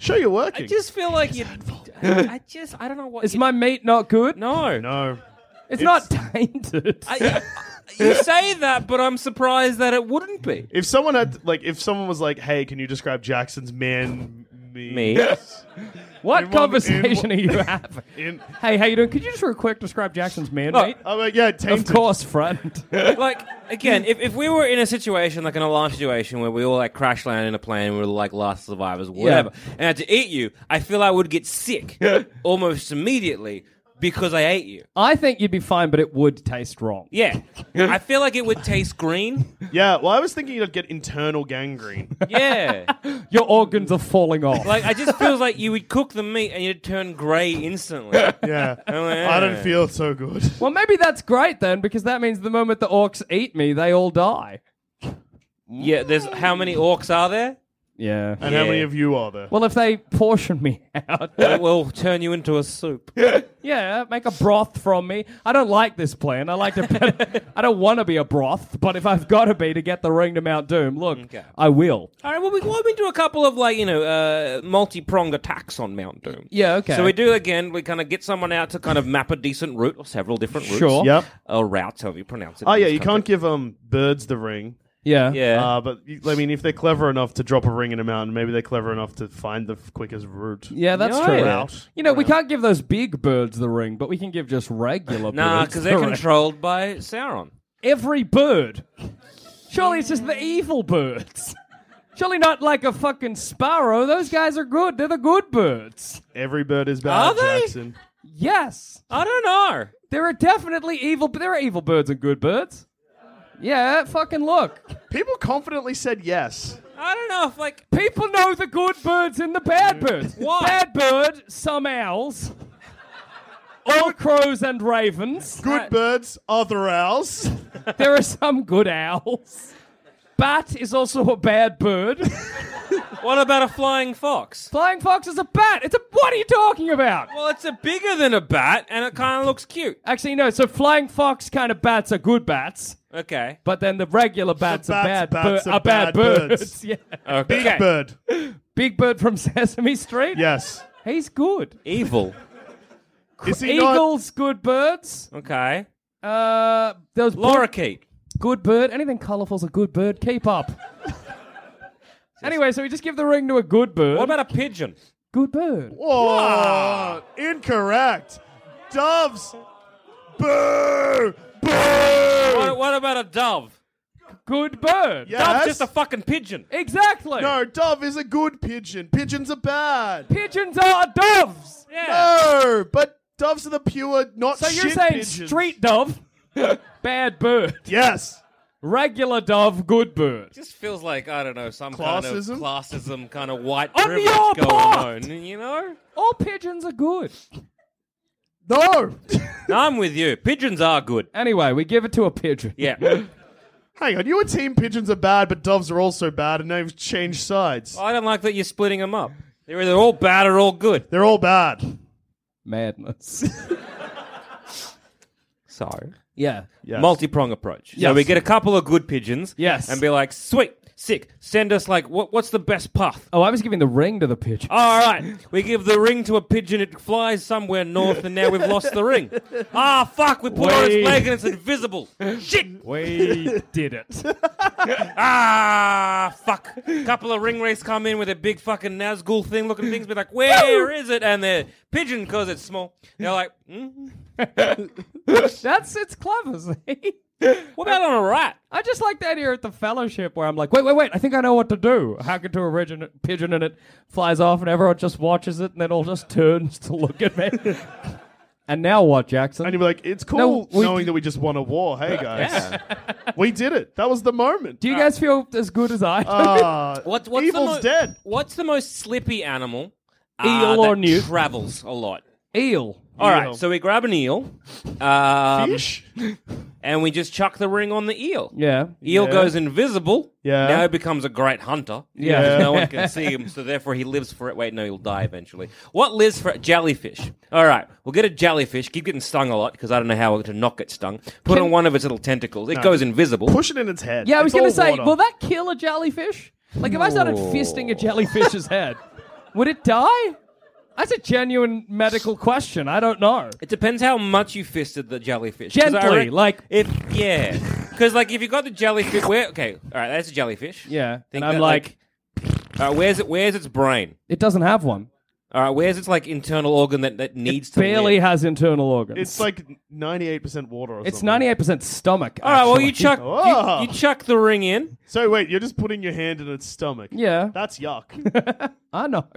Show you're working. I just feel like you. I just. I don't know what. Is you- my meat not good? no. no. it's, not tainted. I, you say that, but I'm surprised that it wouldn't be. If someone had like, if someone was like, "Hey, can you describe Jackson's man me?" Me. what in one- conversation in are you having? Oh, In, hey, how you doing? Could you just real quick describe Jackson's man Look, meat? I'm like, yeah, Of tainted. course, friend. like again, if, if we were in a situation like an alarm situation where we all like crash land in a plane, we were like last survivors, whatever, and had to eat you, I feel I would get sick almost immediately because I ate you. I think you'd be fine, but it would taste wrong. Yeah, I feel like it would taste green. Yeah. Well, I was thinking you'd get internal gangrene. Yeah, Your organs are falling off. like I just feels like you would cook the meat and you'd turn grey instantly. yeah. yeah. I don't feel so good. Oh, well, maybe that's great then, because that means the moment the orcs eat me, they all die. Yeah, there's how many orcs are there? Yeah. And how many of you are there? Well, if they portion me out, That will turn you into a soup. yeah, make a broth from me. I don't like this plan. I like to. I don't want to be a broth, but if I've got to be to get the ring to Mount Doom, look, I will. All right, well, we, well, we do a couple of like you know uh, multi-pronged attacks on Mount Doom. Yeah, okay. So we do again. We kind of get someone out to kind of map a decent route or several different routes. Sure. Yep. Or routes, however you pronounce it. Oh in yeah, this you can't country. give um birds the ring. Yeah. Yeah. Uh, but you- I mean, if they're clever enough to drop a ring in a mountain, maybe they're clever enough to find the f- quickest route. Yeah, that's Yeah. true. Route. You know, we can't give those big birds the ring, but we can give just regular nah, birds because the they're ring. controlled by Sauron. every bird. Surely it's just the evil birds. Surely not like a fucking sparrow. Those guys are good. They're the good birds. Every bird is Are bad, they? Jackson. Yes. I don't know. There are definitely evil but there are evil birds and good birds. Yeah, fucking look. People confidently said yes. I don't know if like People know the good birds and the bad birds. Why? Bad bird, some owls. All crows and ravens. Good birds, other owls. There are some good owls. bat is also a bad bird. What about a flying fox? Flying fox is a bat. It's a. What are you talking about? Well, it's a bigger than a bat, and it kind of looks cute. Actually, no. So flying fox kind of bats are good bats, Okay. but then the regular bats, The are bats- bad. bats bir- are are bad, bad birds. birds. yeah. Big bird. Big bird from Sesame Street. Yes. He's good. Evil. Is he not? Eagles, good birds. Okay. Uh, those Lorikeet. good bird. Anything colourful's a good bird. Keep up. anyway, so we just give the ring to a good bird. What about a pigeon? good bird? Oh, incorrect. Doves. Boo! Boo! What, what about a dove? Good bird. Yes. Dove's just a fucking pigeon. Exactly. No, dove is a good pigeon. Pigeons are bad. Pigeons are doves. No, but doves are the pure, not So you're shit saying pigeons. street dove, bad bird. Yes. Regular dove, good bird. Just feels like I don't know some Classism? kind of classism, kind of white On privilege your going part! on. You know. All pigeons are good. No. No, I'm with you. Pigeons are good. Anyway, we give it to a pigeon. Yeah. Hang on, you were team pigeons are bad, but doves are also bad, and they've changed sides. I don't like that you're splitting them up. They're either all bad or all good. They're all bad. Madness. So, yeah. Yes. multi prong approach. Yeah, Yes. So we get a couple of good pigeons. Yes. And be like, sweet, sick. Send us like, what, what's the best path? Oh, I was giving the ring to the pigeon. All right, we give the ring to a pigeon. It flies somewhere north, and now we've lost the ring. Ah, fuck! We put it on Wait. its leg, and it's invisible. Shit! We did it. Ah, fuck. Couple of ring race come in with a big fucking Nazgul thing looking things, be like, where is it? And the pigeon, because it's small. They're like, hmm? That's it's clever. See? what about on a rat? I just like the idea at the fellowship where I'm like, wait, wait, wait. I think I know what to do. Hack into a pigeon, pigeon and it flies off, and everyone just watches it, and then all just turns to look at me. and now what, Jackson? And you'd be like, it's cool No, we knowing did- that we just won a war. Hey, guys. we did it. That was the moment. do you guys feel as good as I do? Uh, Ah, What's, what's Evil's the mo- dead. What's the most slippy animal? uh, Eel Ah, that or newt? Travels a lot. Eel. All right, so we grab an eel, um, Fish? and we just chuck the ring on the eel. Yeah. Eel goes invisible. Yeah. Now he becomes a great hunter. Yeah. Because No one can see him, so therefore he lives for it. Wait, no, he'll die eventually. What lives for Jellyfish. All right, we'll get a jellyfish. Keep getting stung a lot because I don't know how to not get stung. Put on one of its little tentacles. It goes invisible. Push it in its head. Yeah, I was It's going all to say, water. will that kill a jellyfish? Like, if I started fisting a jellyfish's head, would it die? That's a genuine medical question. I don't know. It depends how much you fisted the jellyfish. 'Cause I Gently, rec- like- if yeah, because like if you got the jellyfish, where okay, all right, that's a jellyfish. Yeah. and Think I'm that, like, all right, where's it? Where's its brain? it doesn't have one. All right, where's its like internal organ that that needs to Barely live? has internal organs. It's like 98% water or It's something. ninety eight percent stomach. all right, well you actually. chuck Oh. you, you chuck the ring in. So wait, you're just putting your hand in its stomach. Yeah, That's yuck. I know.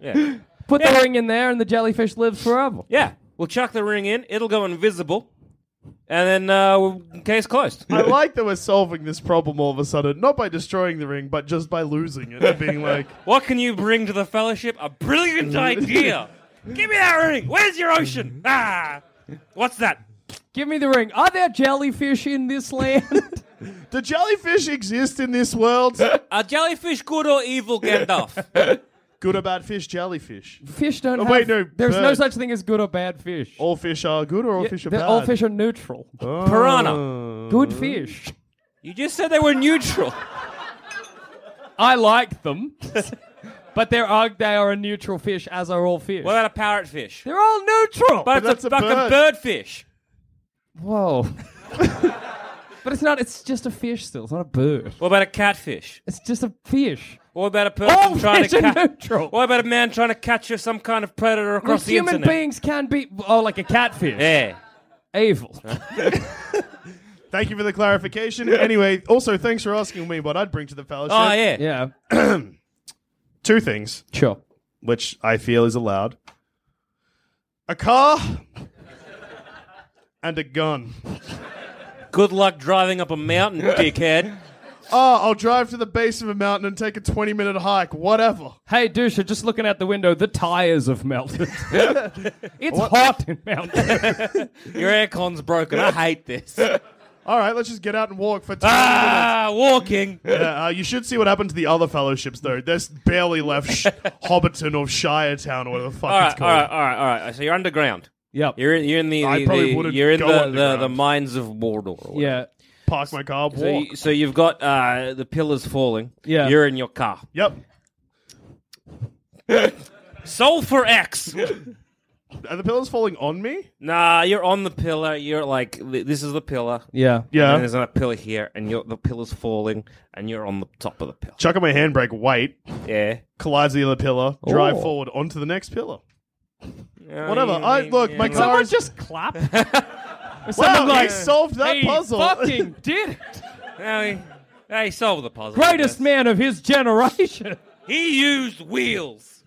Yeah, Put the ring in there, and the jellyfish lives forever. yeah, we'll chuck the ring in. It'll go invisible, and then uh, we'll- case closed. I like that we're solving this problem all of a sudden, not by destroying the ring, but just by losing it and being like, What can you bring to the fellowship? A brilliant idea. Give me that ring. Where's your ocean? Ah, what's that? Give me the ring. Are there jellyfish in this land? do jellyfish exist in this world? Are jellyfish good or evil, Gandalf? Good or bad fish, jellyfish. fish don't. Oh, have, wait, no, There's no bird. such thing as good or bad fish. All fish are good or all Yeah, fish are they're- bad? all fish are neutral. Piranha. Good fish. You just said they were neutral. I like them, but they are they are a neutral fish, as are all fish. What about a parrotfish? they're all neutral. But, that's it's a, a fucking bird. bird. birdfish. whoa. But it's not. It's just a fish. Still, it's not a bird. What about a catfish? It's just a fish. What about a person All trying fish to are catch? neutral. What about a man trying to capture some kind of predator Well, across the human internet? beings can be oh, like a catfish. Yeah. Evil. Thank you for the clarification. Anyway, also thanks for asking me what I'd bring to the fellowship. Oh yeah. yeah. Two things, Sure. which I feel is allowed. A car and a gun. Good luck driving up a mountain, dickhead. Oh, I'll drive to the base of a mountain and take a 20 minute hike, whatever. Hey, Dusha, just looking out the window, the tires have melted. it's hot in Mount. Your aircon's broken. I hate this. All right, let's just get out and walk for 20 minutes. Ah, walking. Yeah, uh, you should see what happened to the other fellowships, though. There's barely left Sh- Hobbiton or Shire Town or whatever the fuck all it's right, all called. right, all right, all right. So you're underground. Yep. You're in, you're in the, I the- probably the- wouldn't you're in go the, the, underground. the mines of Mordor. or whatever. Yeah. Park my car, walk. So, you, so you've got uh, the pillars falling. Yeah. You're in your car. yep. Sulfur X. Are the pillars falling on me? nah, you're on the pillar. You're like th- this is the pillar. Yeah. And Yeah. then there's another pillar here, and you're, the pillar's falling, and you're on the top of the pillar. Chuck on my handbrake, wait, Yeah. collides with the other pillar, drive Oh. forward onto the next pillar. Whatever. I look, my Can car someone is just clap? Wow, someone like, like- solved that he puzzle. fucking did it. Hey, hey, solve the puzzle. I Greatest guess. man of his generation. He used wheels.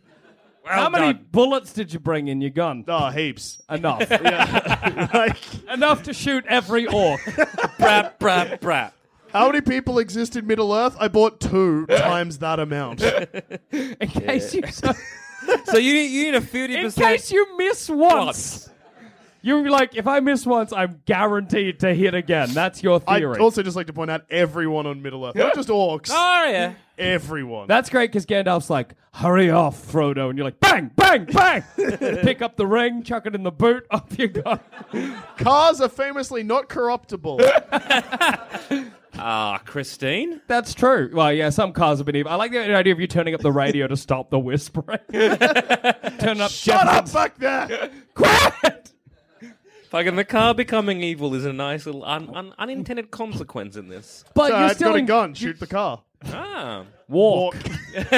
Well How many done. bullets did you bring in your gun? oh, heaps. Enough. like, Enough to shoot every orc. brap brap brap? how many people exist in Middle Earth? I bought two times that amount. In case you so, So you you need a fifty In percent. case you miss once. You're like, if I miss once, I'm guaranteed to hit again. That's your I theory. also just like to point out everyone on Middle Earth, not just orcs, Oh yeah. everyone. That's great because Gandalf's like, hurry off, Frodo. And you're like, bang, bang, bang. Pick up the ring, chuck it in the boot, up you go. Cars are famously not corruptible. Ah, Christine. That's true. Well, yeah, some cars have been evil. I like the idea of you turning up the radio to stop the whispering. Turn up Shut up, Jefferson's- fuck that. Quiet! Fucking the car becoming evil is a nice little un, un, unintended consequence in this. But So you're I've still got a in- gun. Shoot the car. Ah. Walk. Walk.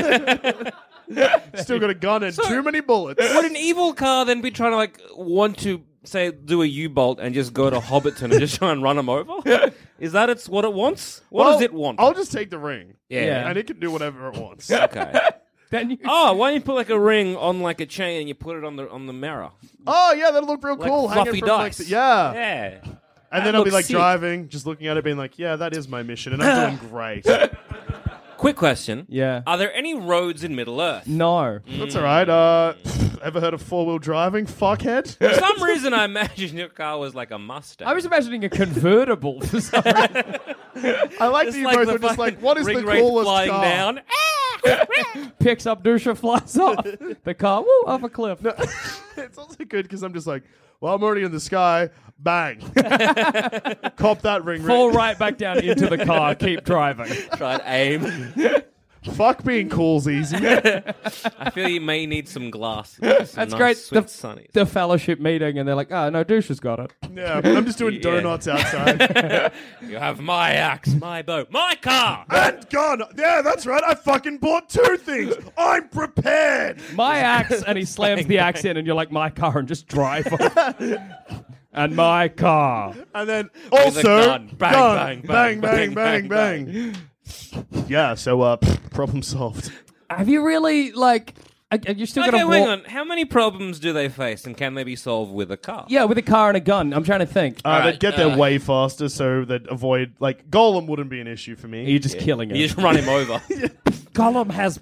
Still got a gun and too many bullets. Would an evil car then be trying to like want to say do a U bolt and just go to Hobbiton and just try and run him over? Is that it's what it wants? What Well, does it want? I'll just take the ring. Yeah. And it can do whatever it wants. Okay. Then you oh, why don't you put like a ring on like a chain and you put it on the on the mirror? oh, yeah, that'll look real Like cool. hanging fluffy from, like, dice. the- yeah. Yeah. And That then I'll be looks like sick. driving, just looking at it, being like, yeah, that is my mission, and I'm doing great. That's Quick question. Yeah. Are there any roads in Middle Earth? Uh, No. all right. Uh, ever heard of four wheel driving? Fuckhead. For some reason, I imagine your car was like a Mustang. I was imagining a convertible for some reason. I like that Just you both the are just fucking like, what is the ring wraith coolest flying car? Ah! down? Picks up Dusha, flies off. The car, woo, off a cliff. it's also good because I'm just like, well, I'm already in the sky. Bang. Cop that ring. Fall ring. right back down into the car, keep driving. Try and aim. Fuck being cool's easy. yeah, I feel you may need some glasses. That's That's nice, great. Sweet The- sunnies. The fellowship meeting, and they're like, oh, no, Dusha's got it. I'm just doing Yeah. donuts outside. you have my axe, my bow, my car. and gun. Yeah, that's right. I fucking bought two things. I'm prepared. My axe, and he slams the axe in, and you're like, my car, and just drive off. and my car. And then a also gun. Bang, gun. bang, bang, bang, bang, bang, bang, bang. yeah. So uh, problem solved. Have you really, like, are are you still Okay, going to hang on. How many problems do they face, and can they be solved with a car? Yeah, with a car and a gun. I'm trying to think. Uh, they'd get there way faster, so they'd avoid like Golem wouldn't be an issue for me. you're just killing You it. just run him over. Gollum has.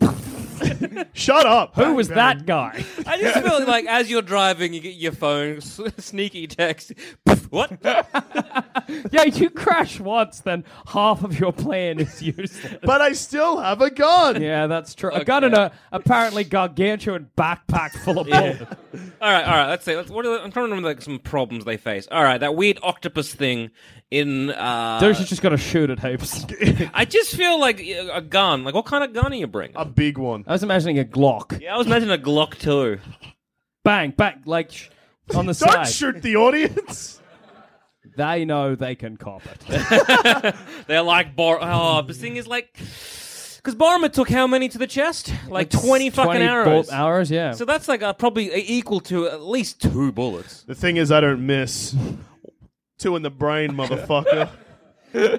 Shut up. Who was that guy? I just feel like as you're driving, you get your phone, s- sneaky text. Pff, what? yeah, you crash once, then half of your plan is useless. But I still have a gun. Yeah, that's true. A gun and a apparently gargantuan backpack full of bullets. All right, all right. Let's see. Let's, what are the, I'm trying to remember like some problems they face. All right, that weird octopus thing in. Uh, Dusha's just got to shoot at heaps. I just feel like uh, a gun. Like, what kind of gun are you bringing? A big one. I Uh, was imagining a Glock. yeah, I was imagining a Glock too. Bang, bang, like sh- on the Don't side. shoot the audience. They know they can cop it. They're like Bor. Oh, the thing is like, because Boromir took how many to the chest? Like twenty fucking 20 arrows. bolt Arrows, yeah. So that's like uh, probably equal to at least two bullets. the thing is, I don't miss. Two in the brain, motherfucker.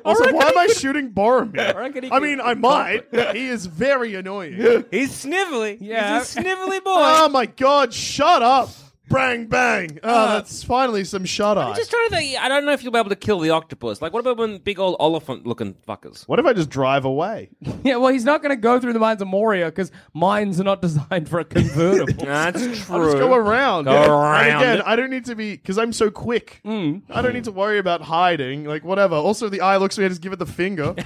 also, why am I shooting Boromir? I reckon he I could- mean, I might. he is very annoying. He's snivelly. Yeah. He's a snivelly boy. oh my god, shut up. Bang, bang. Oh, that's finally some shut eye. I'm just trying to think. Uh, I don't know if you'll be able to kill the octopus. Like, what about when big old elephant looking fuckers? What if I just drive away? Yeah, well, he's not going to go through the mines of Moria because mines are not designed for a convertible. That's true. I'll just go around. Go And around again, it. I don't need to be because I'm so quick. Mm. I don't need to worry about hiding. Like whatever. Also, the eye looks at me. I just give it the finger.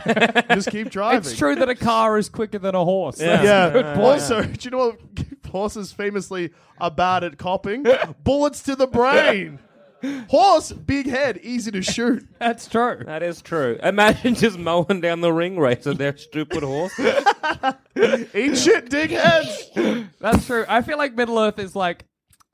just keep driving. it's true that a car is quicker than a horse. That's Yeah. a good point. also, do you know what horses famously are bad at copping? Bullets to the brain. Horse, big head, easy to shoot. That's true. That is true. Imagine just mowing down the ring race of their stupid horse. Eat shit, dig heads. That's true. I feel like Middle Earth is like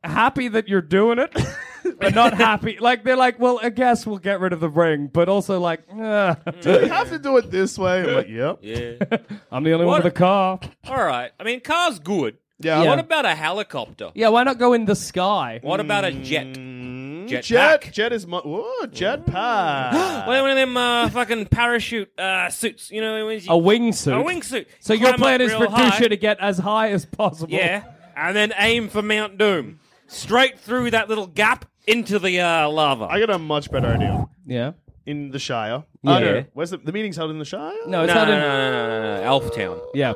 happy that you're doing it, but not happy. Like they're like, well, I guess we'll get rid of the ring, but also like, "Uh, You have to do it this way. I'm like, yep. yeah. I'm the only one What- with a car. All right. I mean, car's good. Yeah. What about a helicopter? Yeah, why not go in the sky? What about a jet? Mm. Jet. Mm, Jet, jet is my ooh, jet pack. What, one of them uh, fucking parachute uh, suits? You know, when you, A wingsuit. A wingsuit. So your Climb plan up is for real high. Dusha to get as high as possible. Yeah, and then aim for Mount Doom, straight through that little gap into the uh, lava. I got a much better idea. Yeah. In the Shire. Yeah. Oh, no. Where's the, the meeting's held in the Shire? No, it's no, no, not no, in. no, no, no, no, Elf Town, Yeah.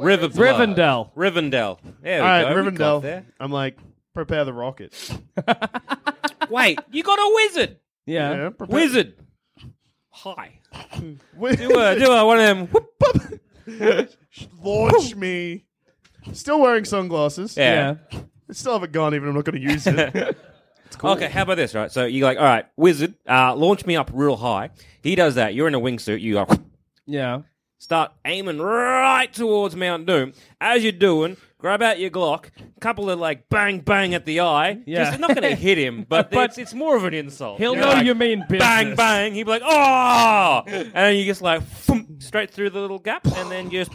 River, Rivendell. Rivendell. There All we right, go. We got Rivendell. there. I'm like, prepare the rocket. Wait, you got a wizard. Yeah. Yeah, prepare- Wizard. Hi. Wi- Do a, do a, one of them. Whoop, pop. Launch me. Still wearing sunglasses. Yeah. Yeah. I still haven't gone even. I'm not going to use it. Okay, how about this, right? So you're like, all right, wizard, uh, launch me up real high. He does that. You're in a wingsuit. You go, Yeah. start aiming right towards Mount Doom. As you're doing, grab out your Glock, couple of like bang bang at the eye. Yeah. Just, not going to hit him, but, But- it's, it's more of an insult. He'll You're know like, you mean business. Bang bang. He'd be like, oh, and then you just like boom, straight through the little gap, and then just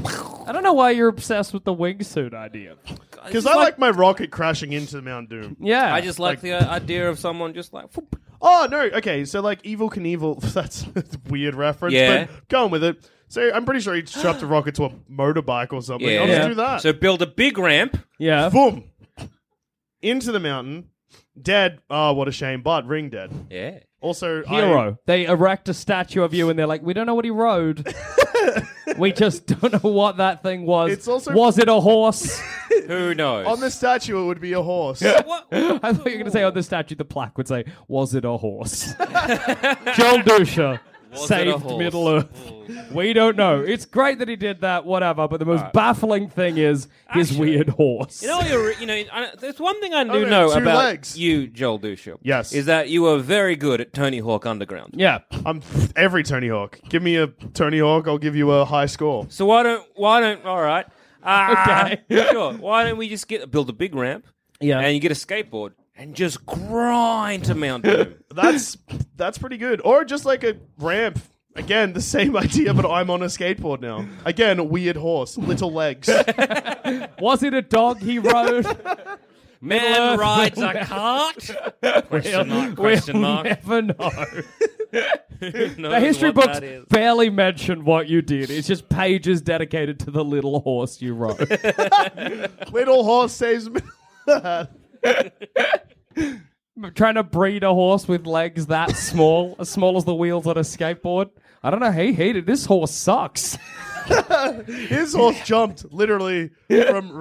I don't know why you're obsessed with the wingsuit idea. Because I like my rocket crashing into Mount Doom. Yeah. I just like, the uh, idea of someone just like. whoop. Oh no. Okay, so like Evil Knievel. That's a weird reference. Yeah. But going with it. So I'm pretty sure he strapped a rocket to a motorbike or something. Yeah. I'll just Yeah. do that. So build a big ramp. Yeah. boom into the mountain. Dead. Oh, what a shame. But ring dead. Yeah. Also, I- Hero. They erect a statue of you and they're like, we don't know what he rode. we just don't know what that thing was. It's also- was it a horse? Who knows? on the statue, it would be a horse. What? I thought you were going to say on the statue, the plaque would say, was it a horse? Joel Dusha it a saved horse? Middle Earth. We don't know. It's great that he did that, whatever, but the most baffling thing is his weird horse. You know, you're, you know, I- there's one thing I do Oh, no, know two about legs. you, Joel Dusha. Yes. is that you are very good at Tony Hawk Underground. yeah. I'm every Tony Hawk. Give me a Tony Hawk, I'll give you a high score. So why don't why don't all right? Ah, Okay. sure. Why don't we just get build a big ramp? Yeah. and you get a skateboard and just grind to Mount Doom. That's that's pretty good. Or just like a ramp. Again, the same idea, but I'm on a skateboard now. Again, weird horse, little legs. Was it a dog he rode? Man rides a cart. question mark? Question we'll mark. never know. Who The knows history what books that is? barely mention what you did. It's just pages dedicated to the little horse you rode. little horse saves me. Trying to breed a horse with legs that small, as small as the wheels on a skateboard. I don't know. He hated this horse. Sucks. His horse jumped literally from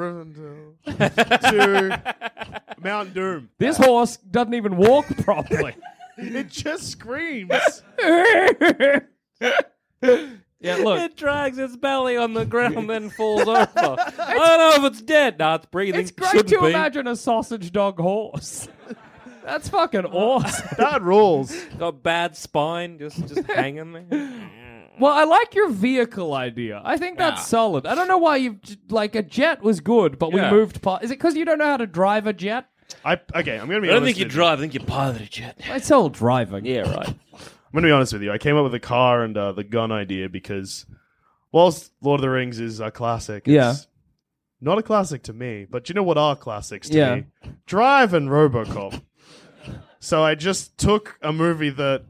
Rivendell to Mount Doom. This horse doesn't even walk properly. It just screams. yeah, look. It drags its belly on the ground, then falls over. I don't know if it's dead. Nah, it's breathing. It's great Shouldn't to be. imagine a sausage dog horse. That's fucking awesome. That rules. Got bad spine, just just hanging there. Well, I like your vehicle idea. I think that's solid. I don't know why you like a jet was good, but Yeah. we moved past. Is it because you don't know how to drive a jet? I okay. I'm gonna be. I don't honest think you with drive. I think you pilot a jet. It's all driving. Yeah, right. I'm gonna be honest with you. I came up with the car and uh, the gun idea because, whilst Lord of the Rings is a classic, it's Yeah. not a classic to me. But you know what are classics to Yeah. me? Drive and RoboCop. so I just took a movie that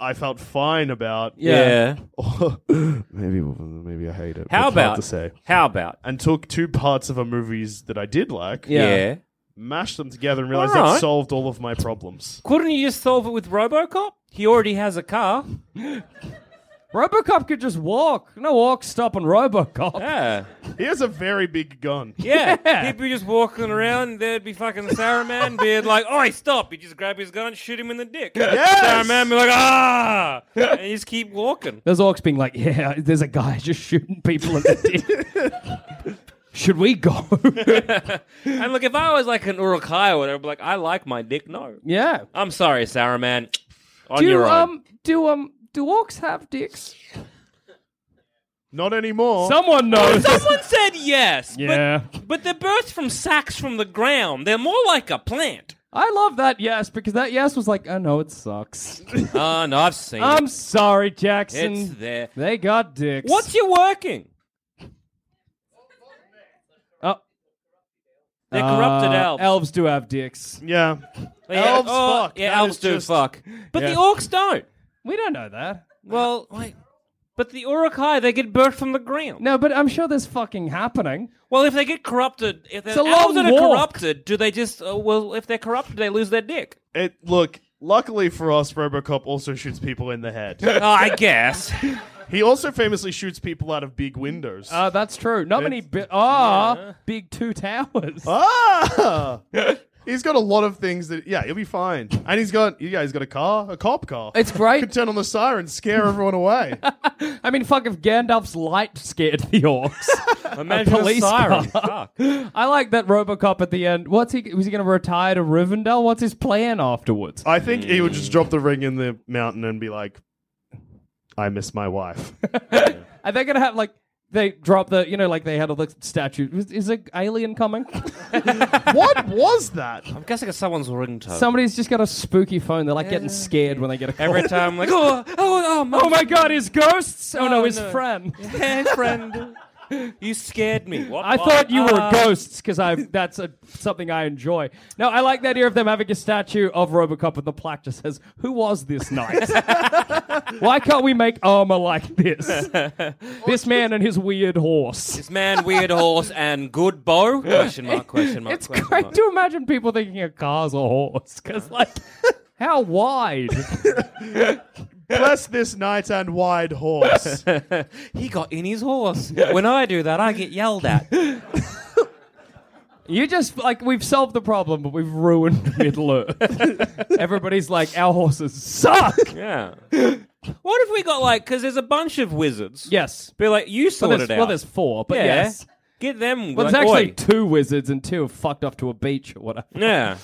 I felt fine about. Yeah. maybe maybe I hate it. How It's hard about to say? How about? And took two parts of a movies that I did like. Yeah. mashed them together and realized Alright. that solved all of my problems. Couldn't you just solve it with Robocop? He already has a car. Robocop could just walk. No walk, stop, and Robocop. Yeah. He has a very big gun. Yeah. He'd be just walking around. There'd be fucking Saruman be like, oh, stop. He'd just grab his gun, shoot him in the dick. Yes! Saruman be like, ah. and he just keep walking. Those orcs being like, yeah, there's a guy just shooting people in the dick. Should we go? And look, if I was like an Urukai or whatever, I'd be like, I like my dick. No. yeah. I'm sorry, Saruman. On Do your own. um do um do orcs have dicks? Not anymore. Someone knows. Someone said yes. Yeah. But, but they're birthed from sacks from the ground. They're more like a plant. I love that yes because that yes was like, I know it sucks. Oh, no, I've seen I'm sorry, it. Jackson. It's there. They got dicks. What's your working? Oh. They're corrupted Uh, elves. Elves do have dicks. yeah. Yeah, Elves oh, fuck. Yeah, That elves is do just- fuck. But Yeah. the orcs don't. We don't know that. Well, wait. But the Urukai, they get birthed from the ground. No, but I'm sure there's fucking happening. Well, if they get corrupted, if a the long elves that are walk. corrupted, do they just? Uh, well, if they're corrupted, they lose their dick. It look. Luckily for us, RoboCop also shoots people in the head. oh, I guess. he also famously shoots people out of big windows. Uh, that's true. Not many bi- ah big two towers. ah, he's got a lot of things that. Yeah, he'll be fine. And he's got. Yeah, he's got a car, a cop car. It's great. Could turn on the siren, scare everyone away. I mean, fuck if Gandalf's light scared the orcs. Imagine a police siren. car. I like that RoboCop at the end. What's he? Was he going to retire to Rivendell? What's his plan afterwards? I think he would just drop the ring in the mountain and be like, "I miss my wife." Are they going to have like? They drop the, you know, like they had all the statues. Is, is an alien coming? what was that? I'm guessing it's someone's ringtone. Somebody's just got a spooky phone. They're like getting scared when they get a call. Every time, I'm like, oh, oh, oh, my, oh my god, his ghosts! Oh, Oh, no, his no. friend. Hey, friend. You scared me. What, I what? thought you were Ah. ghosts because I that's a, something I enjoy. No, I like the idea of them having a statue of Robocop and the plaque just says, "Who was this knight? Why can't we make armor like this? this man and his weird horse." This man, weird horse, and good bow? Question mark, question mark. It's question great mark. to imagine people thinking a car's a horse because, like, how wide? Bless this knight and wide horse. He got in his horse. when I do that, I get yelled at. You just like we've solved the problem, but we've ruined Middle Earth. Everybody's like, our horses suck. Yeah. What if we got like, because there's a bunch of wizards. Yes. Be like, you Well, sorted there's, out. well, there's four, but yeah. yes. Get them. Well, like, there's actually "Oi." two wizards and two have fucked off to a beach or whatever. Yeah.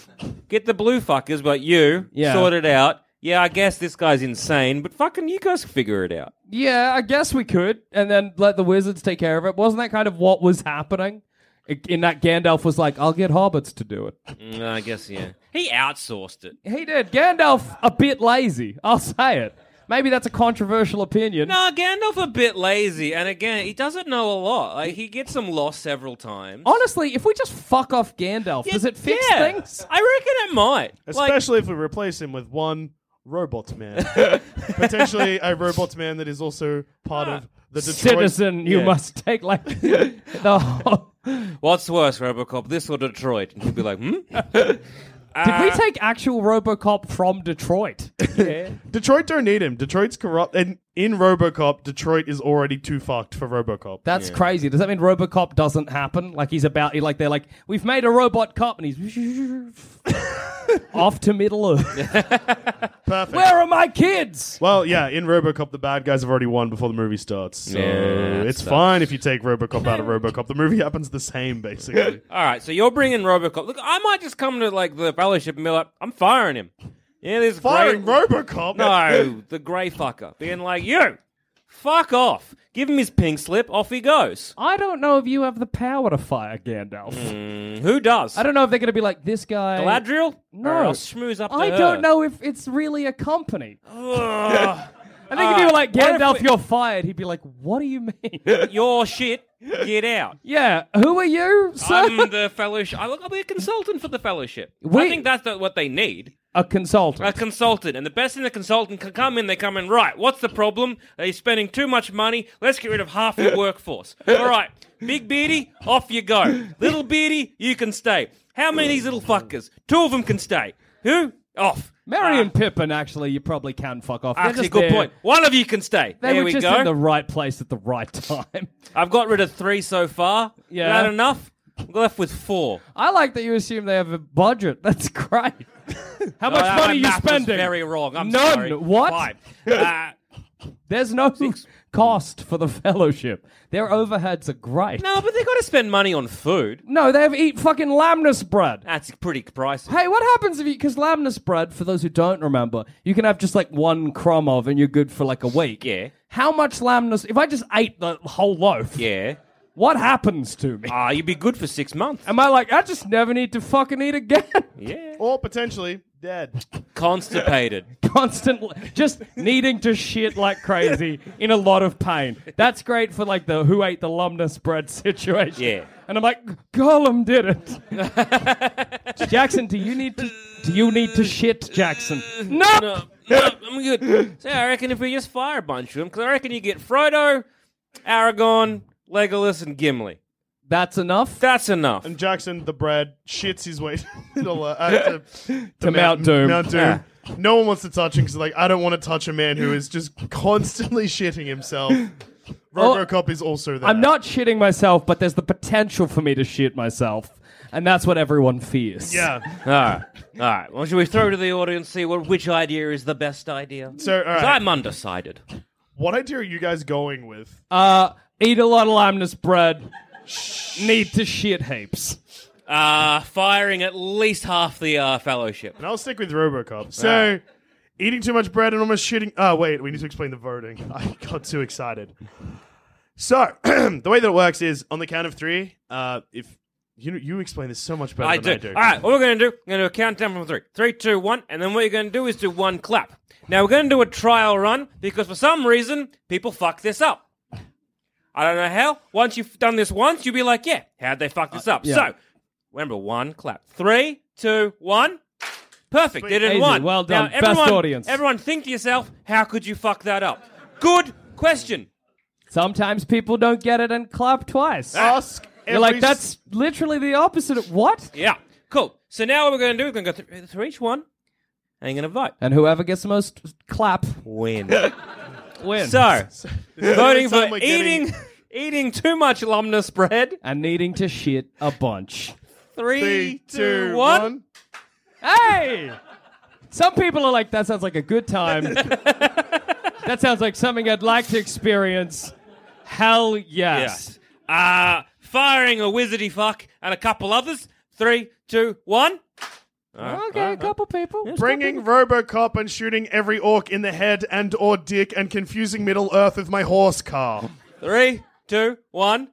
Get the blue fuckers, but you Yeah. sort it out. Yeah, I guess this guy's insane, but fucking you guys figure it out. Yeah, I guess we could, and then let the wizards take care of it. Wasn't that kind of what was happening? I- In that Gandalf was like, "I'll get hobbits to do it." Mm, I guess, yeah. He outsourced it. He did. Gandalf a bit lazy. I'll say it. Maybe that's a controversial opinion. No, Gandalf a bit lazy, and again, he doesn't know a lot. Like he gets them lost several times. Honestly, if we just fuck off Gandalf, Oh, does it fix Yeah. things? I reckon it might. Like, Especially if we replace him with one robot man. Potentially a robot man that is also part of the Detroit. Ah, Citizen, you Yeah. must take like the whole. what's worse, RoboCop, this or Detroit? And he'd be like, hmm. Did we take actual RoboCop from Detroit? Detroit don't need him. Detroit's corrupt. And in Robocop, Detroit is already too fucked for Robocop. That's crazy. Does that mean RoboCop doesn't happen? Like he's about, like they're like, we've made a robot cop, and he's off to Middle Earth. Perfect. Where are my kids? well, yeah, in Robocop, the bad guys have already won before the movie starts. So Yeah, that it's sucks. fine if you take Robocop out of Robocop. The movie happens the same, basically. All right, so you're bringing RoboCop. Look, I might just come to like the fellowship and be like, I'm firing him. Yeah, this Firing gray- Robocop? No, the grey fucker being like, you, fuck off. Give him his pink slip. Off he goes. I don't know if you have the power to fire Gandalf. Mm, Who does? I don't know if they're going to be like this guy. Galadriel? No. Or else schmooze up to I her. don't know if it's really a company. Ugh. I think Uh, if you were like what if Gandalf, we- you're fired. He'd be like, "What do you mean? your shit. Get out. yeah, who are you, sir? I'm the fellowship. I look, I'll be a consultant for the fellowship. I Wait. think that's the, what they need. a A consultant. consultant. And the best thing the consultant can come in, they come in, right, what's the problem? They're spending too much money. Let's get rid of half the workforce. All right. Big Beardy, off you go. Little Beardy, you can stay. How many of these little fuckers? Two of them can stay. Who? Off. Mary and Pippin, actually, you probably can fuck off. They're Ah. Actually, just good there. point. One of you can stay. They there were we just go. in the right place at the right time. I've got rid of three so far. Yeah. Not enough. I'm left with four. I like that you assume they have a budget. That's great. How much Uh, my money are you math was spending? Very wrong. I'm None. sorry. What? Five. Uh, There's no cost for the fellowship. Their overheads are great. no, but they got to spend money on food. No, they have eat fucking lamnus bread. That's pretty pricey. Hey, what happens if you? Because lamnus bread, for those who don't remember, you can have just like one crumb of, and you're good for like a week. Yeah. How much lamnus? If I just ate the whole loaf, Yeah. what happens to me? Ah, you'd be good for six months. Am I like I just never need to fucking eat again? yeah. Or potentially dead. Constipated. Constantly, just needing to shit like crazy in a lot of pain. That's great for like the who ate the lumnus bread situation. Yeah. And I'm like, Gollum did it. Jackson, do you need to? Do you need to shit, Jackson? No. no, no, I'm good. So I reckon if we just fire a bunch of them, because I reckon you get Frodo, Aragorn, Legolas, and Gimli. That's enough. That's enough. And Jackson, the bread, shits his way to, the lo- uh, to, To Mount Doom. Mount Doom. Yeah. No one wants to touch him because, like, I don't want to touch a man who is just constantly shitting himself. Oh. Robocop is also there. I'm not shitting myself, but there's the potential for me to shit myself, and that's what everyone fears. Yeah. All right. All right. Well, should we throw to the audience see what which idea is the best idea? So, all 'Cause right. I'm undecided. What idea are you guys going with? Uh, eat a lot of lamnus bread. Need to shit heaps. Uh, firing at least half the uh, fellowship. and I'll stick with Robocop. So, eating too much bread and almost shitting. Oh, wait, we need to explain the voting. I got too excited. So, the way that it works is on the count of three, uh, if you you explain this so much better I do. than All I do. right, what we're going to do, we're going to do a countdown from three. Three, two, one, and then what you're going to do is do one clap. Now, we're going to do a trial run because for some reason, people fuck this up. I don't know how. Once you've done this once, you'll be like, yeah, how'd they fuck Uh, this up? So, remember, one clap. Three, two, one. Perfect. Did it in Easy. one. Well done. Now, Best everyone, audience. Everyone think to yourself, how could you fuck that up? Good question. Sometimes people don't get it and clap twice. Ask You're every like, that's literally the opposite of what? Yeah. Cool. So now what we're going to do, we're going to go through, through each one and you're going to vote. And whoever gets the most clap Win. wins. So, voting the only for time we're getting- eating eating too much lumnus bread. and needing to shit a bunch. Three, two, one. Hey! Some people are like, that sounds like a good time. that sounds like something I'd like to experience. Hell yes. Yes. Uh, firing a wizardy fuck and a couple others. Three, two, one. Okay, a couple people. Uh, uh-huh. Bringing Robocop and shooting every orc in the head and or dick and confusing Middle Earth with my horse car. Three, two, one.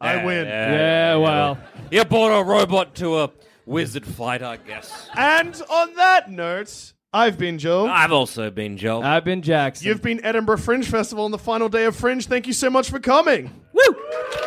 I win. Yeah, well. You bought a robot to a wizard fight, I guess. And on that note, I've been Joel. I've also been Joel. I've been Jackson. You've been Edinburgh Fringe Festival on the final day of Fringe. Thank you so much for coming. Woo!